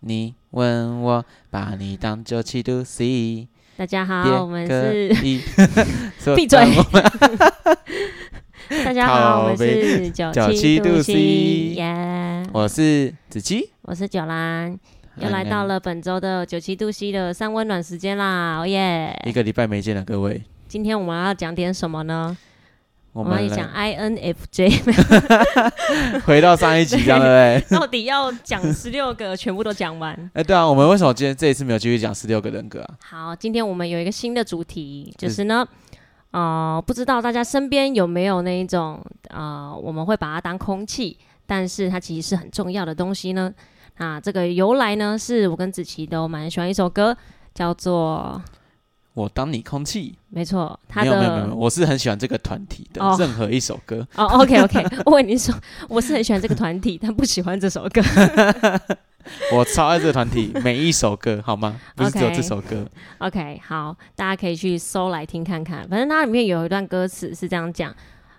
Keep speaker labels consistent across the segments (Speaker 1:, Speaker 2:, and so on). Speaker 1: 你问我，把你当九七度 C。
Speaker 2: 大家
Speaker 1: 也
Speaker 2: 好，我们
Speaker 1: 可
Speaker 2: 是
Speaker 1: 以呃说
Speaker 2: 闭嘴
Speaker 1: 当我们
Speaker 2: 大家好，我们
Speaker 1: 靠北
Speaker 2: 是九
Speaker 1: 97度
Speaker 2: 度
Speaker 1: C
Speaker 2: 耶，
Speaker 1: 我是子琪，
Speaker 2: 我是九兰， 又来到了本周的九七度 C 的三温暖时间啦，哦耶！
Speaker 1: 哎一个礼拜没见了各位，
Speaker 2: 今天我们要讲点什么呢？
Speaker 1: 我
Speaker 2: 们
Speaker 1: 们
Speaker 2: 要讲
Speaker 1: 来
Speaker 2: INFJ，
Speaker 1: 回到上一集这样对不对？
Speaker 2: 到底要讲十六个全部都讲完。
Speaker 1: 哎，对啊，我们为什么今天这一次没有继续讲十六个人格啊？
Speaker 2: 好，今天我们有一个新的主题，就是是呢，呃，不知道大家身边有没有那一种呃，我们会把它当空气，但是它其实是很重要的东西呢。啊，这个由来呢，是我跟子琪都蛮喜欢一首歌，叫做
Speaker 1: 我当你空气，
Speaker 2: 没错，他
Speaker 1: 没有没有没有，没
Speaker 2: 的
Speaker 1: 有我是很喜欢这个团体的
Speaker 2: 哦
Speaker 1: 任何一首歌。
Speaker 2: 哦，OK OK，我跟你说，我是很喜欢这个团体，但不喜欢这首歌。
Speaker 1: 我超爱这个团体，每一首 歌，好吗？不是只有
Speaker 2: OK
Speaker 1: 这首歌。
Speaker 2: OK，好，大家可以去搜来听看看。反正它里面有一段歌词是这样讲：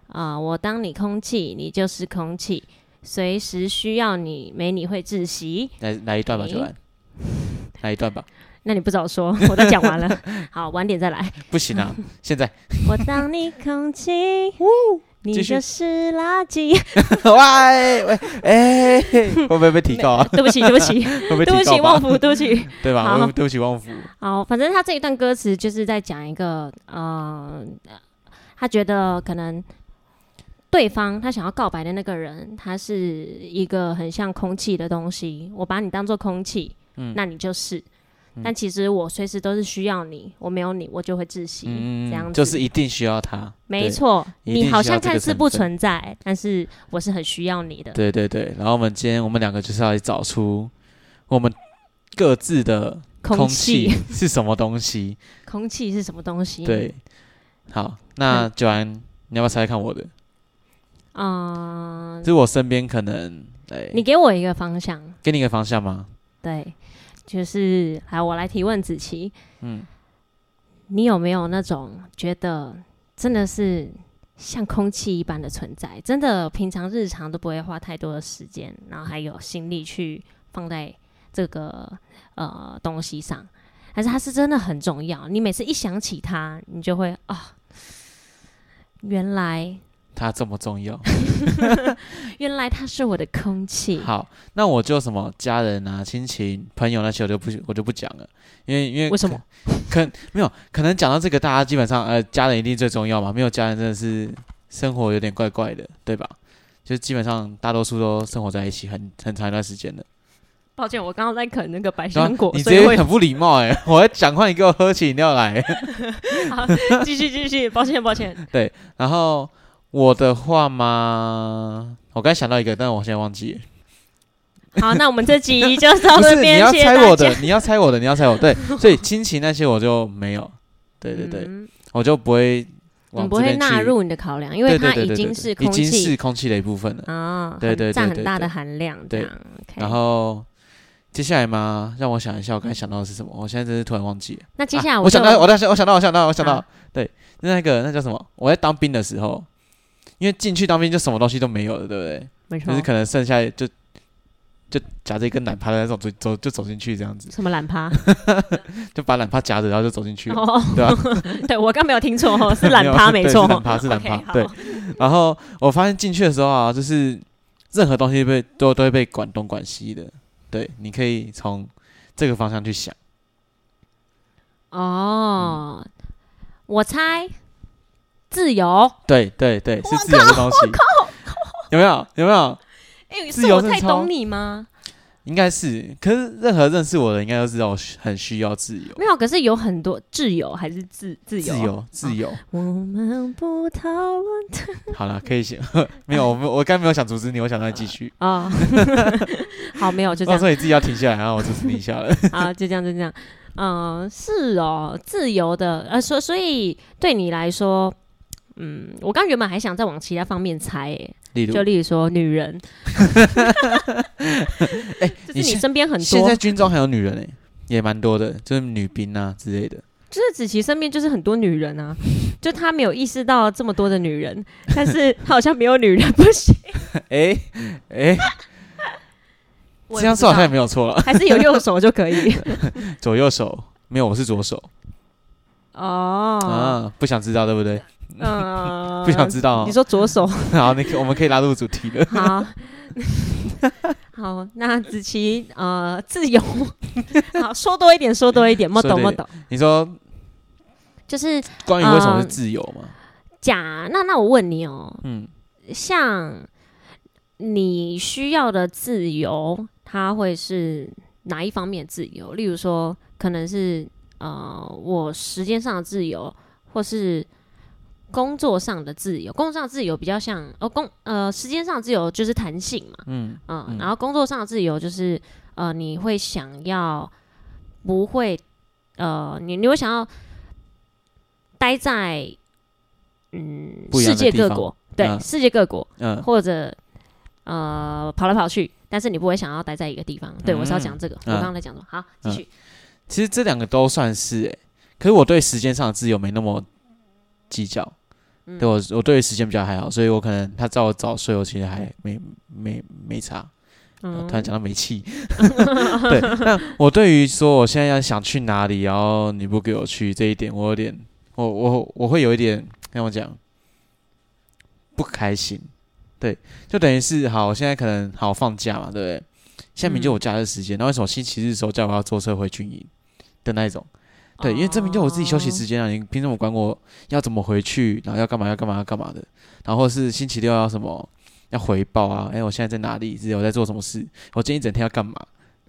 Speaker 2: 啊、我当你空气，你就是空气，随时需要你，没你会窒息。
Speaker 1: 来来一段吧，
Speaker 2: 诶
Speaker 1: 九兰，来一段吧。
Speaker 2: 那你不早说，我都讲完了。 好，晚点再来。
Speaker 1: 不行 啊，现在
Speaker 2: 我当你空气，你
Speaker 1: 继续
Speaker 2: 就是垃圾。
Speaker 1: 喂喂，哎， 会不会被提高啊？
Speaker 2: 对不起，对 不起，
Speaker 1: 会不会
Speaker 2: 对不
Speaker 1: 提
Speaker 2: 起，
Speaker 1: 高
Speaker 2: 旺
Speaker 1: 吧？
Speaker 2: 福，对不起。
Speaker 1: 对吧？
Speaker 2: 好
Speaker 1: 我对不起，旺福。
Speaker 2: 好，反正他这一段歌词就是在讲一个，呃，他觉得可能对方他想要告白的那个人，他是一个很像空气的东西，我把你当做空气，
Speaker 1: 嗯
Speaker 2: 那你就是。
Speaker 1: 嗯
Speaker 2: 但其实我随时都是需要你，我没有你，我就会窒息。这样
Speaker 1: 嗯，
Speaker 2: 子
Speaker 1: 就是一定需要他。
Speaker 2: 没错，
Speaker 1: 一定
Speaker 2: 你好像看
Speaker 1: 需要这
Speaker 2: 似
Speaker 1: 个
Speaker 2: 不
Speaker 1: 成分
Speaker 2: 存在，但是我是很需要你的。
Speaker 1: 对。对对对，然后我们今天我们两个就是要来找出我们各自的空
Speaker 2: 空
Speaker 1: 气嗯
Speaker 2: 气，
Speaker 1: 是什么东西。
Speaker 2: 空气是什么东西？，
Speaker 1: 对，好，那九安，你要不要猜猜看我的？
Speaker 2: 嗯、
Speaker 1: 就是我身边可能，哎，
Speaker 2: 你给我一个方向。
Speaker 1: 给你一个方向吗？
Speaker 2: 对，就是好，我来提问子琪，
Speaker 1: 嗯，
Speaker 2: 你有没有那种觉得真的是像空气一般的存在？真的平常日常都不会花太多的时间，然后还有心力去放在这个呃东西上，但是它是真的很重要。你每次一想起它，你就会啊、原来
Speaker 1: 它这么重要。
Speaker 2: 原来它是我的空气。
Speaker 1: 好，那我就什么家人啊、亲情、朋友那些，我就不我就不讲了，因为因为
Speaker 2: 为什么
Speaker 1: 可可没有可能讲到这个，大家基本上呃，家人一定最重要嘛，没有家人真的是生活有点怪怪的，对吧？就基本上大多数都生活在一起很很长一段时间的。
Speaker 2: 抱歉，我刚刚在啃那个百
Speaker 1: 对啊
Speaker 2: 香果，
Speaker 1: 你直
Speaker 2: 所以
Speaker 1: 接
Speaker 2: 会
Speaker 1: 很不礼貌哎、我在讲话，你给我喝起饮料来。
Speaker 2: 好，继续继续，抱歉抱歉。
Speaker 1: 然后我的话嘛，我刚才想到一个，但我现在忘记了。
Speaker 2: 好，那我们 这集就到
Speaker 1: 不
Speaker 2: 这
Speaker 1: 是你
Speaker 2: 边，
Speaker 1: 要
Speaker 2: 谢谢
Speaker 1: 猜
Speaker 2: 大家。
Speaker 1: 我的，你要猜我的，你要猜我 对，所以亲情那些我就没有，对对对，
Speaker 2: 嗯
Speaker 1: 我就不会
Speaker 2: 你
Speaker 1: 往
Speaker 2: 不
Speaker 1: 这
Speaker 2: 会
Speaker 1: 边去，
Speaker 2: 纳入你的考量，因
Speaker 1: 对，
Speaker 2: 为
Speaker 1: 对
Speaker 2: 它
Speaker 1: 对
Speaker 2: 已
Speaker 1: 对对
Speaker 2: 经
Speaker 1: 对
Speaker 2: 是
Speaker 1: 已
Speaker 2: 空
Speaker 1: 经是
Speaker 2: 气
Speaker 1: 空气的一部分了。
Speaker 2: 啊，
Speaker 1: 对
Speaker 2: 很
Speaker 1: 对对
Speaker 2: 占
Speaker 1: 对
Speaker 2: 很大
Speaker 1: 对
Speaker 2: 的含量这
Speaker 1: 对
Speaker 2: 样。OK
Speaker 1: 然后接下来嘛，让我想一下，我刚才想到的是什么？我现在真是突然忘记了。
Speaker 2: 那接下来
Speaker 1: 啊
Speaker 2: 我
Speaker 1: 我
Speaker 2: 就啊
Speaker 1: 想到，我当时我想到，我想到，我想到
Speaker 2: 好，
Speaker 1: 对，那个那叫什么？我在当兵的时候，因为进去当兵就什么东西都没有了，对不对？
Speaker 2: 没错
Speaker 1: 就，是可能剩下就就夹着一根懒趴的那种，走走就走进去这样子，
Speaker 2: 什么懒趴？
Speaker 1: 就把懒趴夹着， 然后就走进去了。
Speaker 2: 哦，
Speaker 1: 对吧？
Speaker 2: 对我刚没有听错哦，是懒 趴
Speaker 1: 没
Speaker 2: 没
Speaker 1: 有
Speaker 2: 错，
Speaker 1: 对是懒趴是懒
Speaker 2: OK，
Speaker 1: 趴
Speaker 2: 好哦
Speaker 1: 对。然后我发现进去的时候啊，就是任何东西被都都会被管东管西的。对，你可以从这个方向去想。嗯
Speaker 2: 哦，我猜自由，
Speaker 1: 对对对，是自由的东西。有没有？有没有？
Speaker 2: 哎，
Speaker 1: 自
Speaker 2: 是
Speaker 1: 由
Speaker 2: 我
Speaker 1: 是
Speaker 2: 太
Speaker 1: 超
Speaker 2: 懂你吗？
Speaker 1: 应该是。可是任何认识我的，应该都知道我需很需要自由。
Speaker 2: 没有，可是有很多自由还是自自由？哦
Speaker 1: 自。由，自由。
Speaker 2: 我们不讨论
Speaker 1: 好了，可以写。 没
Speaker 2: 哎
Speaker 1: 有，我们我刚没有想阻止你，我想让你继续。
Speaker 2: 啊， 好，没有，就
Speaker 1: 到
Speaker 2: 这 样
Speaker 1: 时。候你自己要停下来，然后我阻止你一下 了。
Speaker 2: 啊，就这样，就这样。嗯，是哦，自由的，呃，所所以对你来说，嗯，我刚原本还想再往其他方面猜耶，
Speaker 1: 例如
Speaker 2: 就，例如说女人，
Speaker 1: 哎
Speaker 2: 就是
Speaker 1: 你
Speaker 2: 你
Speaker 1: 现
Speaker 2: 身边很
Speaker 1: 现
Speaker 2: 多
Speaker 1: 在，军中还有女人呢、欸也蛮多的，就是女兵啊之类的。
Speaker 2: 就是子琪身边就是很多女人啊，就她没有意识到这么多的女人， 但是她好像没有女人不行。
Speaker 1: 哎哎，
Speaker 2: 哎我也
Speaker 1: 这样
Speaker 2: 不知
Speaker 1: 说好像也
Speaker 2: 道
Speaker 1: 没有错了。
Speaker 2: 还是有右手就可以
Speaker 1: 左右手没有，我是左手、
Speaker 2: 哦。
Speaker 1: 啊，不想知道对不对？
Speaker 2: 嗯，
Speaker 1: 不想知道、
Speaker 2: 你说左手
Speaker 1: 好，你可我们可以拉入主题了。
Speaker 2: 好， 好，那子琪呃自 由，好说多一点，说多一点，莫
Speaker 1: 说多
Speaker 2: 懂
Speaker 1: 一
Speaker 2: 莫
Speaker 1: 点
Speaker 2: 懂，
Speaker 1: 你说
Speaker 2: 就是
Speaker 1: 关于为什么是自由嘛？
Speaker 2: 假那那我问你哦，
Speaker 1: 嗯，
Speaker 2: 像你需要的自由，它会是哪一方面的自由？例如说，可能是呃，我时间上的自由，或是工作上的自由。工作上的自由比较像哦，工呃，时间上的自由就是弹性嘛，
Speaker 1: 嗯
Speaker 2: 嗯，
Speaker 1: 嗯
Speaker 2: 然后工作上的自由就是呃，你会想要不会呃，你你会想要待在嗯
Speaker 1: 不一样
Speaker 2: 世
Speaker 1: 的
Speaker 2: 界
Speaker 1: 地
Speaker 2: 各
Speaker 1: 方
Speaker 2: 国，对、
Speaker 1: 嗯
Speaker 2: 世界各国，
Speaker 1: 嗯
Speaker 2: 或者呃跑来跑去，但是你不会想要待在一个地方。对我是
Speaker 1: 嗯
Speaker 2: 要讲这个，我刚刚在讲什么？好，继续。
Speaker 1: 其实这两个都算是、欸，可是我对时间上的自由没那么计较。
Speaker 2: 嗯
Speaker 1: 对我，我对时间比较还好，所以我可能他叫我早睡，我其实还没没没差。我
Speaker 2: 嗯
Speaker 1: 哦突然讲到煤气，对。那我对于说我现在要想去哪里，然后你不给我去这一点，我有点，我我我会有一点，跟我讲不开心。对，就等于是好，我现在可能好放假嘛，对不对？现在明明就我假日时间，那为什么星期日的时候叫我要坐车回军营的那一种？对，因为这明就我自己休息时间啊，你凭什么管我要怎么回去，然后要干嘛要干嘛要干嘛的？然后是星期六要什么要回报啊？哎，我现在在哪里？是我在做什么事？我今天一整天要干嘛？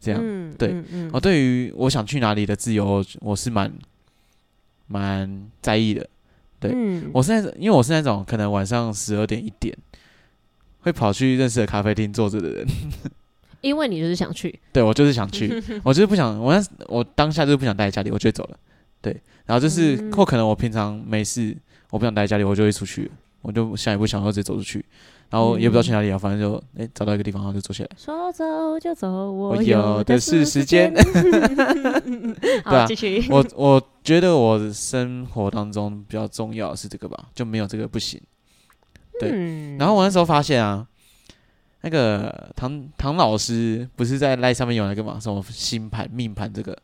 Speaker 1: 这样，
Speaker 2: 嗯
Speaker 1: 对哦
Speaker 2: 嗯嗯
Speaker 1: 我对于我想去哪里的自由，我是蛮蛮在意的。对
Speaker 2: 嗯
Speaker 1: 我是那种，因为我是那种可能晚上十二点一点会跑去认识的咖啡厅坐着的人。
Speaker 2: 因为你就是想去，
Speaker 1: 对我就是想 去，我就是不想，我那我当下就是不想待在家里，我就会走了。对，然后就是、
Speaker 2: 嗯
Speaker 1: 或可能我平常没事，我不想待在家里，我就会出去，我就下一步想要直接走出去，然后也不知
Speaker 2: 嗯
Speaker 1: 道去哪里啊，反正就哎、找到一个地方，然后就坐下来。
Speaker 2: 说走就走，我
Speaker 1: 我有的是时间。 对
Speaker 2: 好，
Speaker 1: 啊
Speaker 2: 继续。
Speaker 1: 我我觉得我生活当中比较重要的是这个吧，就没有这个不行。对
Speaker 2: 嗯
Speaker 1: 然后我那时候发现啊，那个唐唐老师不是在 line 上面有那个嘛，什么星盘命盘这个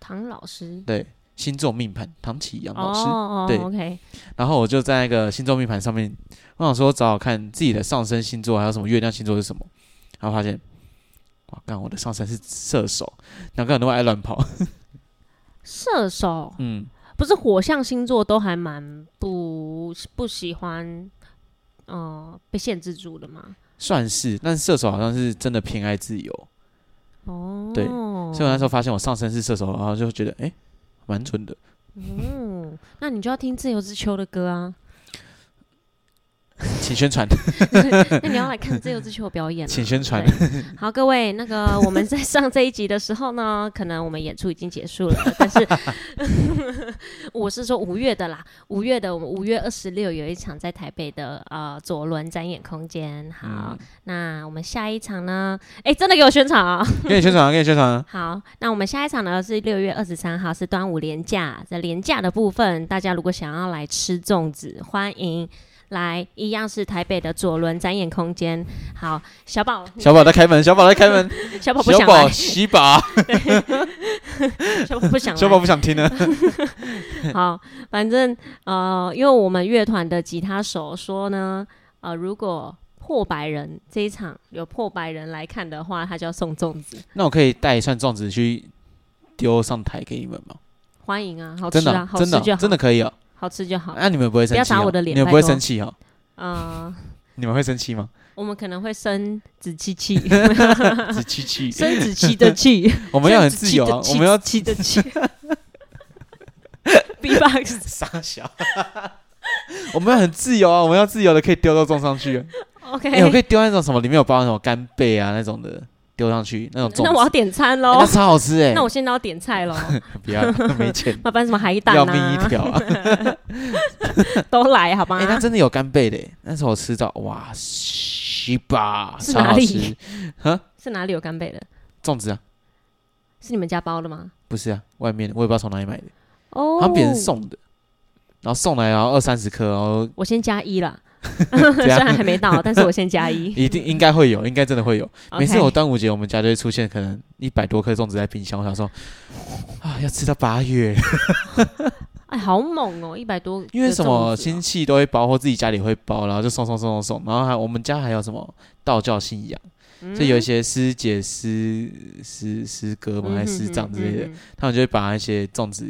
Speaker 2: 唐老师，
Speaker 1: 对星座命盘，唐启阳
Speaker 2: 哦
Speaker 1: 老师。
Speaker 2: 哦
Speaker 1: 对
Speaker 2: ，OK，
Speaker 1: 然后我就在那个星座命盘上面，我想说找找看自己的上升星座还有什么月亮星座是什么，然后发现，哇，干我的上升是射手，难怪很多人爱乱跑。
Speaker 2: 射手
Speaker 1: 嗯，
Speaker 2: 不是火象星座都还蛮不不喜欢，呃，被限制住的吗？
Speaker 1: 算是，但是射手好像是真的偏爱自由，
Speaker 2: 哦，
Speaker 1: 对所以我那时候发现我上身是射手，然后就觉得诶，蛮准 的。
Speaker 2: 嗯，那你就要听自由之秋的歌啊，
Speaker 1: 请宣传，
Speaker 2: 那你要来看自由之秋的表演、啊。
Speaker 1: 请宣传。
Speaker 2: 对好，各位，那个我们在上这一集的时候呢，可能我们演出已经结束了，但是 我是说五月的啦，五月的我们五月二十六有一场在台北的呃左轮展演空间。
Speaker 1: 嗯
Speaker 2: 好，那我们下一场呢？哎、真的给我宣传啊、
Speaker 1: 给你宣传啊，给你宣传啊。
Speaker 2: 好，那我们下一场呢是六月二十三号，是端午连假。在连假的部分，大家如果想要来吃粽子，欢迎来，一样是台北的左轮展演空间。好，小宝，
Speaker 1: 小宝在开门，小宝在开门，
Speaker 2: 小宝不
Speaker 1: 小
Speaker 2: 想
Speaker 1: 宝
Speaker 2: 来，
Speaker 1: 洗 把，
Speaker 2: 小宝不想来，
Speaker 1: 小宝不想听啊了。
Speaker 2: 好，反正呃，因为我们乐团的吉他手说呢，呃，如果破百人这一场有破百人来看的话，他就要送粽子，
Speaker 1: 那我可以带一串粽子去丢上台给你们吗？
Speaker 2: 欢迎啊，好吃
Speaker 1: 真的
Speaker 2: 啊，
Speaker 1: 啊，
Speaker 2: 好
Speaker 1: 真
Speaker 2: 吃
Speaker 1: 的
Speaker 2: 就
Speaker 1: 啊，
Speaker 2: 好，
Speaker 1: 真的可以哦。
Speaker 2: 好吃就好。
Speaker 1: 那你们不会生气哦？
Speaker 2: 不要打我的脸
Speaker 1: 你们不会
Speaker 2: 拜托
Speaker 1: 生气哦？
Speaker 2: 嗯，
Speaker 1: 你们会生气 吗？
Speaker 2: 我们可能会生子气 气，
Speaker 1: 子气气，
Speaker 2: 生子气的气，
Speaker 1: 我
Speaker 2: 我
Speaker 1: 们要很自由啊，我们要
Speaker 2: 气的 气。B-box
Speaker 1: 傻小，啊 我们要很自由啊，我们要自由的可以丢到粽上去。
Speaker 2: OK，、
Speaker 1: 哎，我可以丢那种什么，里面有包那种干贝啊那种的，丢上去那种粽子。
Speaker 2: 那我要点餐
Speaker 1: 欸
Speaker 2: 喽
Speaker 1: 那。超好吃哎、
Speaker 2: 哦那我现在要点菜喽，
Speaker 1: 不要没 钱，
Speaker 2: 麻烦什么海胆
Speaker 1: 要命一
Speaker 2: 啊，
Speaker 1: 条 啊！
Speaker 2: 都来好吧
Speaker 1: 哎、？那真的有干贝的欸、那时候我吃到哇，西吧，
Speaker 2: 是
Speaker 1: 超
Speaker 2: 哪
Speaker 1: 好
Speaker 2: 里
Speaker 1: 吃。
Speaker 2: 是哪里有干贝的？
Speaker 1: 粽子啊，
Speaker 2: 是你们家包的吗？
Speaker 1: 不是啊，外面的我也不知道从哪里买的，
Speaker 2: 哦
Speaker 1: 好像别人。送的，然后送来然后二三十颗，然后
Speaker 2: 我先加一啦，虽然还没到，但是我先加一。
Speaker 1: 一定应该会有，应该真的会有。
Speaker 2: OK
Speaker 1: 每次我端午节，我们家就会出现可能一百多颗粽子在冰箱，我想说啊，要吃到八月，
Speaker 2: 哎，好猛哦，一百多个粽子哦，
Speaker 1: 因为什么亲戚都会包，或自己家里会包，然后就送送送送送，然后还我们家还有什么道教信仰，
Speaker 2: 嗯
Speaker 1: 所以有一些师姐、师师师哥嘛，还是师长之类的，
Speaker 2: 嗯嗯嗯
Speaker 1: 他们就会把那些粽子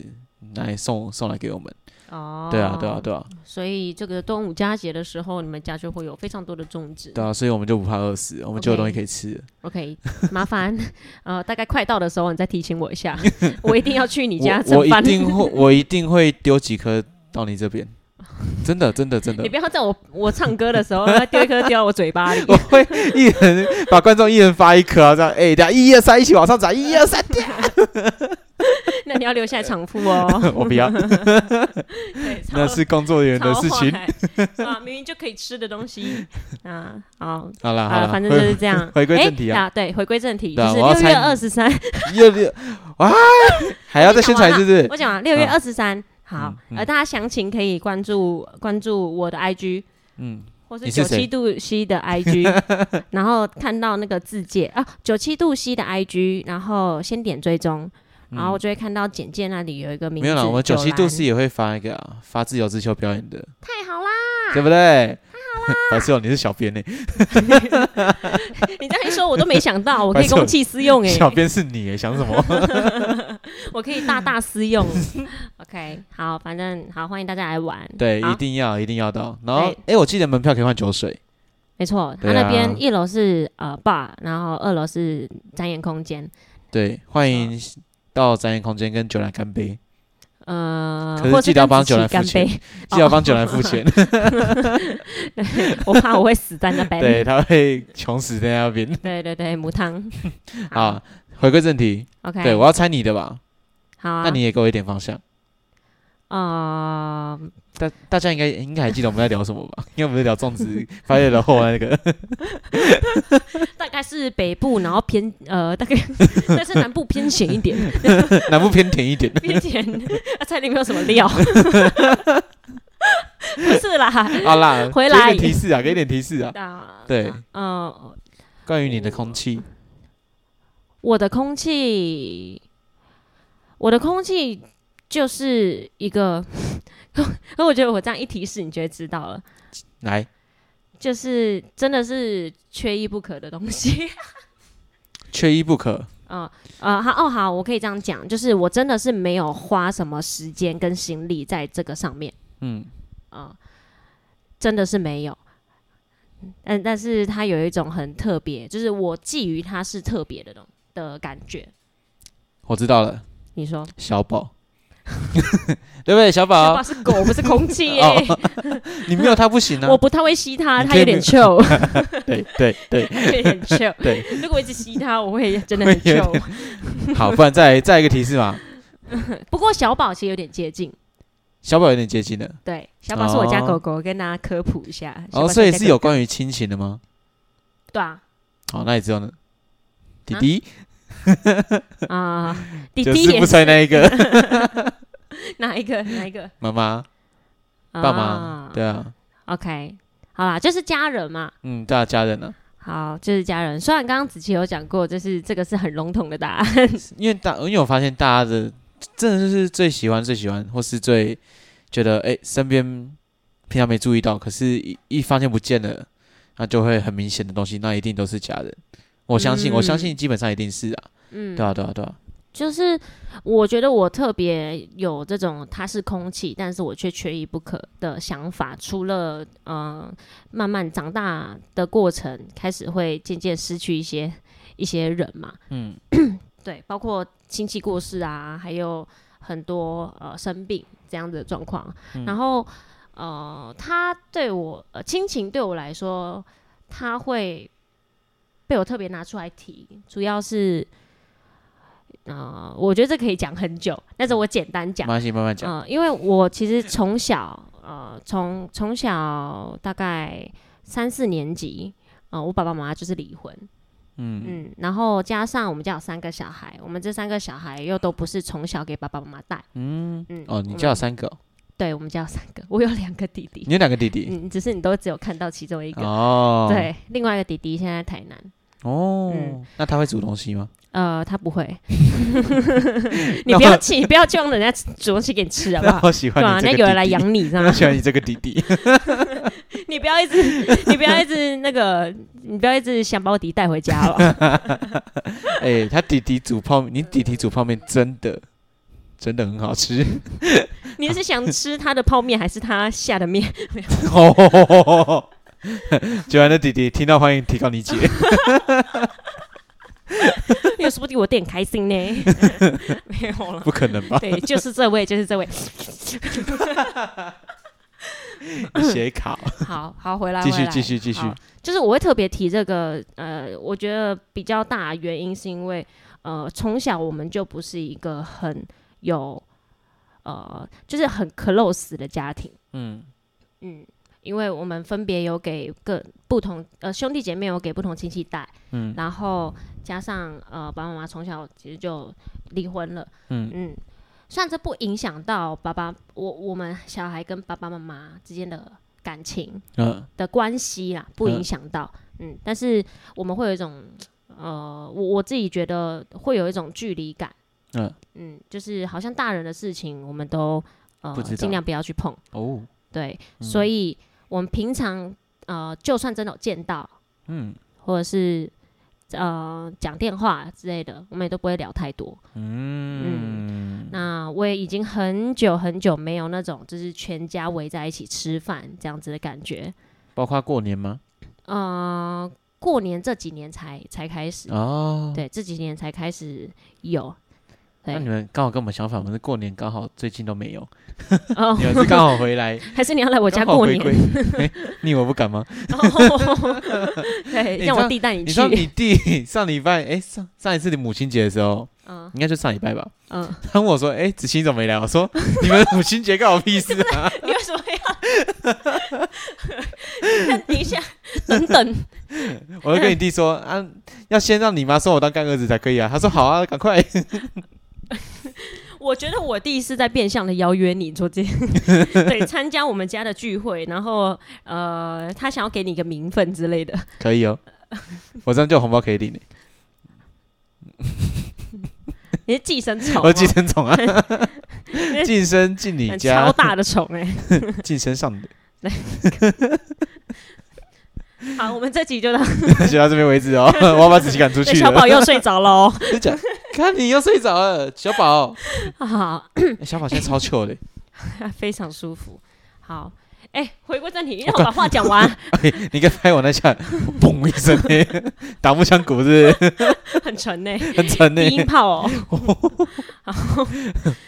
Speaker 1: 拿来送送来给我们。
Speaker 2: 嗯哦，
Speaker 1: 对啊，对啊，对啊，
Speaker 2: 所以这个端午佳节的时候，你们家就会有非常多的粽子。
Speaker 1: 对啊，所以我们就不怕饿死，我们就有
Speaker 2: OK
Speaker 1: 东西可以吃了。
Speaker 2: OK，麻烦 呃，大概快到的时候你再提醒我 一下，我一定要去你家
Speaker 1: 我我
Speaker 2: 蹭
Speaker 1: 一
Speaker 2: 饭。
Speaker 1: 定会，我一定会丢几颗到你这边，真的，真的，真的
Speaker 2: 你。不要在我我唱歌的时候丢一颗丢到我嘴 巴里。
Speaker 1: 我会一人把观众一人发一颗啊，这样，哎、大家一二三一起往上涨，一二三，
Speaker 2: 那你要留下来偿付哦。
Speaker 1: 我不要，
Speaker 2: 对，超
Speaker 1: 那是工作人员的事情。
Speaker 2: 超坏啊，明明就可以吃的东西啊，好。
Speaker 1: 好啦
Speaker 2: 好
Speaker 1: 好
Speaker 2: 了，
Speaker 1: 啦，
Speaker 2: 反正就是 这样。
Speaker 1: 回归
Speaker 2: 哎
Speaker 1: 正题啊，
Speaker 2: 对，回归正
Speaker 1: 对
Speaker 2: 题，就
Speaker 1: 啊
Speaker 2: 是
Speaker 1: 我要
Speaker 2: 六
Speaker 1: 猜
Speaker 2: 月二十三，
Speaker 1: 又又哇，还要再宣传一次是不
Speaker 2: 我
Speaker 1: 是？
Speaker 2: 讲完六月
Speaker 1: 啊
Speaker 2: 二十三，好
Speaker 1: 嗯，嗯
Speaker 2: 呃，大家详情可以关注关注我的 IG，
Speaker 1: 嗯，
Speaker 2: 或是
Speaker 1: 你
Speaker 2: 九
Speaker 1: 是谁
Speaker 2: 七度 C 的 IG，然后看到那个字界啊，九七度 C 的 IG，然后先点追踪，然后我就会看到简介那里有一个名
Speaker 1: 嗯
Speaker 2: 字，
Speaker 1: 没有啦，我们九七
Speaker 2: 兰
Speaker 1: 度 C 也会发一个啊，发自由之秋表演的，
Speaker 2: 太好啦！
Speaker 1: 对不对？
Speaker 2: 啊
Speaker 1: 白痴哦，你是小编呢、
Speaker 2: 你这样一说，我都没想到， 我可以
Speaker 1: 白痴哦
Speaker 2: 公器私用哎、
Speaker 1: 小编是你、欸，想什么？
Speaker 2: 我可以大大私用。OK，好，反正好，欢迎大家来玩。
Speaker 1: 对，
Speaker 2: 好
Speaker 1: 一定要一定要到。然后，
Speaker 2: 对
Speaker 1: 哎、我记得门票可以换酒水，
Speaker 2: 没错，它
Speaker 1: 对啊
Speaker 2: 那边一楼是呃 bar，然后二楼是展演空间，
Speaker 1: 对，欢迎到展演空间跟九兰干杯，
Speaker 2: 呃，
Speaker 1: 可是
Speaker 2: 或
Speaker 1: 记得要
Speaker 2: 跟
Speaker 1: 帮
Speaker 2: 子
Speaker 1: 九
Speaker 2: 琪
Speaker 1: 兰付
Speaker 2: 干
Speaker 1: 钱
Speaker 2: 杯。
Speaker 1: 记得帮九兰付 钱，
Speaker 2: 我怕我会死在那 边。
Speaker 1: 对，他会穷死在那边。
Speaker 2: 对对对，母汤。
Speaker 1: 啊，回归正题，
Speaker 2: ，OK，
Speaker 1: 对我要猜你的吧，
Speaker 2: 哎好啊。
Speaker 1: 那你也给我一点方向。
Speaker 2: 呃，
Speaker 1: 大大家应该应该还记得我们在聊什么吧？应该不是聊粽子发现了后来那个，
Speaker 2: 大概是北部，然后偏呃，大概 但是南部偏咸一 点，
Speaker 1: 南部偏甜一点。
Speaker 2: 偏甜，啊菜里面有什么料？ 不是 啦，
Speaker 1: 好啦，
Speaker 2: 回来
Speaker 1: 给一点提示啊，给一点提示啊。
Speaker 2: 啊，
Speaker 1: 对，
Speaker 2: 呃，
Speaker 1: 关于你的空气，
Speaker 2: 我的空气，我的空气就是一个， 可我觉得我这样一提示，你就会知道了，
Speaker 1: 来
Speaker 2: 就是真的是缺一不可的东西。
Speaker 1: 缺一不可。
Speaker 2: 嗯呃，好哦，好，我可以这样讲，就是我真的是没有花什么时间跟心力在这个上面，
Speaker 1: 嗯，
Speaker 2: 啊、真的是没有。但但是它有一种很特别，就是我觊觎它是特别的东的感觉。
Speaker 1: 我知道了，
Speaker 2: 你说，
Speaker 1: 小宝， 对不对？小
Speaker 2: 小
Speaker 1: 宝
Speaker 2: 宝，是狗，不是空气耶、
Speaker 1: 啊 哦你没有他不行啊
Speaker 2: 我。不太会吸它，
Speaker 1: 你
Speaker 2: 它
Speaker 1: 可以
Speaker 2: 有点
Speaker 1: 没
Speaker 2: 臭，
Speaker 1: 对对对，
Speaker 2: 它有点臭。
Speaker 1: 对，
Speaker 2: 如果我一直吸它，我会真的很
Speaker 1: 会有
Speaker 2: 臭。
Speaker 1: 好，不然再 来再一个提示嘛。
Speaker 2: 不过小宝其实有点接近，
Speaker 1: 小宝有点接近了，
Speaker 2: 对，小宝是我家
Speaker 1: 哦
Speaker 2: 狗狗，跟大家科普一下。小
Speaker 1: 哦，
Speaker 2: 宝
Speaker 1: 所以
Speaker 2: 我家
Speaker 1: 是有
Speaker 2: 狗狗
Speaker 1: 关于亲情的吗？
Speaker 2: 对啊，
Speaker 1: 好，那你知道呢？弟弟，
Speaker 2: 啊、 弟
Speaker 1: 就
Speaker 2: 弟
Speaker 1: 是
Speaker 2: 也
Speaker 1: 不猜那一个，
Speaker 2: 哪一个哪一个？
Speaker 1: 妈妈、 爸妈，对啊，
Speaker 2: OK，好啦，就是家人嘛。
Speaker 1: 嗯，大家人啊，
Speaker 2: 好，就是家人。虽然刚刚子琪有讲过，就是这个是很笼统的答案。
Speaker 1: 因为大，因为我发现大家的真的就是最喜欢、最喜欢，或是最觉得哎、诶身边平常没注意到，可是一一发现不见了，那就会很明显的东西，那一定都是家人。我相信，我相信基本上一定是啊，
Speaker 2: 嗯
Speaker 1: 对，啊，对啊，对啊，
Speaker 2: 就是我觉得我特别有这种它是空气，但是我却缺一不可的想法。除了呃，慢慢长大的过程，开始会渐渐失去一些一些人嘛。
Speaker 1: 嗯，
Speaker 2: 对，包括亲戚过世啊，还有很多呃生病这样子的状况。然后呃，他对我呃亲情对我来说，他会被我特别拿出来提，主要是呃，我觉得这可以讲很久，但是我简单
Speaker 1: 没
Speaker 2: 讲，
Speaker 1: 关系，慢慢讲。
Speaker 2: 嗯、因为我其实从小，呃，从从小大概三四年级，呃，我爸爸妈妈就是离婚，嗯然后加上我们家有三个小孩，我们这三个小孩又都不是从小给爸爸妈妈带，嗯
Speaker 1: 哦，你
Speaker 2: 我
Speaker 1: 家有
Speaker 2: 们
Speaker 1: 三个哦，
Speaker 2: 对我们家有三个，我有两个弟弟
Speaker 1: 你，有两个弟弟
Speaker 2: 嗯，只是你都只有看到其中一个。
Speaker 1: 哦，，
Speaker 2: 对，另外一个弟弟现在在台南，
Speaker 1: 哦，
Speaker 2: 嗯
Speaker 1: 那他会煮东西吗？
Speaker 2: 呃，他不 会。 你不要气，你不要就让人家煮东西给你吃，好不
Speaker 1: 那
Speaker 2: 好？
Speaker 1: 我喜
Speaker 2: 对
Speaker 1: 欢
Speaker 2: 啊，
Speaker 1: 你
Speaker 2: 人家
Speaker 1: 这个
Speaker 2: 有人来
Speaker 1: 弟弟，
Speaker 2: 养你，知 道
Speaker 1: 我
Speaker 2: 吗？
Speaker 1: 喜欢你这个弟弟，
Speaker 2: 你不要一直， 你不要一直那个，你不要一直想把我弟带回家哦好不 好
Speaker 1: 哎，他弟弟煮泡面，你弟弟煮泡面真的真的很好吃
Speaker 2: 你是想吃他的泡面，还是他下的面？
Speaker 1: 哦。 九安的弟弟听到欢迎提高你姐，
Speaker 2: 因为说不定我弟很开心呢。 没有了，
Speaker 1: 不可能 吧？
Speaker 2: 对，就是这位，就是这位。
Speaker 1: 写考，
Speaker 2: 好好，回来，
Speaker 1: 继续
Speaker 2: 回来
Speaker 1: 继续继续
Speaker 2: 好就是我会特别提这个，呃，我觉得比较大的原因是因为，呃，从小我们就不是一个很有，呃，就是很 close 的家庭，
Speaker 1: 嗯，
Speaker 2: 嗯，因为我们分别有给各不同呃兄弟姐妹有给不同亲戚带，
Speaker 1: 嗯
Speaker 2: 然后加上呃爸爸妈妈从小其实就离婚了，
Speaker 1: 嗯
Speaker 2: 嗯，虽然这不影响到爸爸我我们小孩跟爸爸妈妈之间的感情，
Speaker 1: 嗯
Speaker 2: 的关系啦，不
Speaker 1: 嗯
Speaker 2: 影响到，嗯但是我们会有一种，呃，我我自己觉得会有一种距离感，
Speaker 1: 嗯
Speaker 2: 嗯，就是好像大人的事情我们都呃
Speaker 1: 不知道
Speaker 2: 尽量不要去碰，
Speaker 1: 哦，
Speaker 2: 对，所以我们平常呃就算真的有见到，
Speaker 1: 嗯
Speaker 2: 或者是呃讲电话之类的，我们也都不会聊太多。
Speaker 1: 嗯，
Speaker 2: 那我也已经很久很久没有那种就是全家围在一起吃饭这样子的感觉，
Speaker 1: 包括过年吗？
Speaker 2: 呃，过年这几年才才开始，
Speaker 1: 哦，
Speaker 2: 对，这几年才开始有。
Speaker 1: 那你
Speaker 2: 对，
Speaker 1: 们刚好跟我们相反，我们是过年刚好最近都没有，
Speaker 2: 哦
Speaker 1: 你，们是刚好回来，
Speaker 2: 还是你要来 我家
Speaker 1: 刚好
Speaker 2: 过
Speaker 1: 回
Speaker 2: 年？
Speaker 1: 归 哎你以为我不敢吗？
Speaker 2: 哦对，
Speaker 1: 你
Speaker 2: 让
Speaker 1: 知
Speaker 2: 我
Speaker 1: 道
Speaker 2: 弟带你
Speaker 1: 你
Speaker 2: 去
Speaker 1: 知。道你弟上礼拜，哎，上上一次你母亲节的时候，
Speaker 2: 嗯
Speaker 1: 应该就上礼拜吧，
Speaker 2: 嗯，
Speaker 1: 他问我说，哎，子欣怎么没来？我说 你们母亲节干我屁事啊！
Speaker 2: 你为什么要？那 你一 下，等等，
Speaker 1: 我就跟你弟说啊，要先让你妈收我当干儿子才可以啊。他说好 啊，赶快。
Speaker 2: 我觉得我弟是在变相的邀约你做这， 对，参加我们家的聚会，然后呃，他想要给你一个名分之类的。
Speaker 1: 可以哦，我这样就有红包可以领 欸。
Speaker 2: 你是寄生虫、哦，
Speaker 1: 我寄生虫啊， 晋升进你
Speaker 2: 很
Speaker 1: 家
Speaker 2: 超，大的虫哎、
Speaker 1: 晋升上你
Speaker 2: 好，我们这集就到
Speaker 1: 的，就到这边为止 哦。我要把子琪赶出
Speaker 2: 对，
Speaker 1: 去
Speaker 2: 小
Speaker 1: 了。
Speaker 2: 宝又睡着哦喽。
Speaker 1: 就讲，看你又睡着了，小 宝。
Speaker 2: 好，
Speaker 1: 欸小宝现在超糗的，
Speaker 2: 非常舒服。好，哎、回归正题，让我把话讲完，
Speaker 1: 欸你刚拍我那下，嘣一声欸打木枪鼓 是不
Speaker 2: 很 沉呢、
Speaker 1: 是很沉呢
Speaker 2: 低音炮 哦。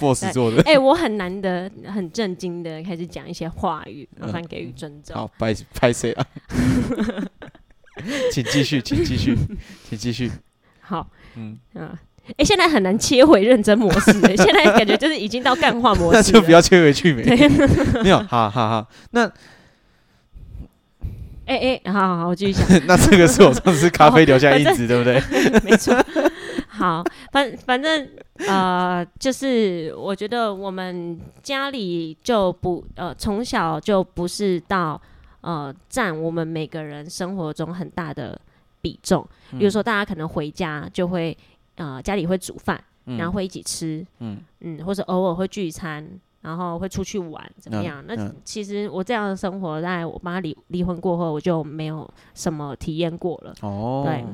Speaker 1: ，boss 做的。
Speaker 2: 哎、我很难得、很震惊的开始讲一些话语，麻烦给予尊重。
Speaker 1: 好，拍拍谁啊？ 请继续，请继续，请继续。
Speaker 2: 好，
Speaker 1: 嗯，
Speaker 2: 嗯。哎、现在很难切回认真模式、哎现在感觉就是已经到干话 模
Speaker 1: 那
Speaker 2: 式
Speaker 1: 就
Speaker 2: 了。
Speaker 1: 不要切回去没？
Speaker 2: 对，
Speaker 1: 没有，好好好，那
Speaker 2: 哎哎、好好好，我继续讲。
Speaker 1: 那这个是我上次咖啡留下印
Speaker 2: 哦
Speaker 1: 子，对不 对？
Speaker 2: 没错。好，反反正呃，就是我觉得我们家里就不呃，从小就不是到呃占我们每个人生活中很大的比重。比
Speaker 1: 嗯
Speaker 2: 如说，大家可能回家就会呃，家里会煮饭，然后会一起吃，
Speaker 1: 嗯
Speaker 2: 嗯，或者偶尔会聚餐。然后会出去玩，怎
Speaker 1: 嗯
Speaker 2: 么样？那
Speaker 1: 嗯
Speaker 2: 其实我这样的生活，在我妈离离婚过后，我就没有什么体验过了。
Speaker 1: 哦，
Speaker 2: 对，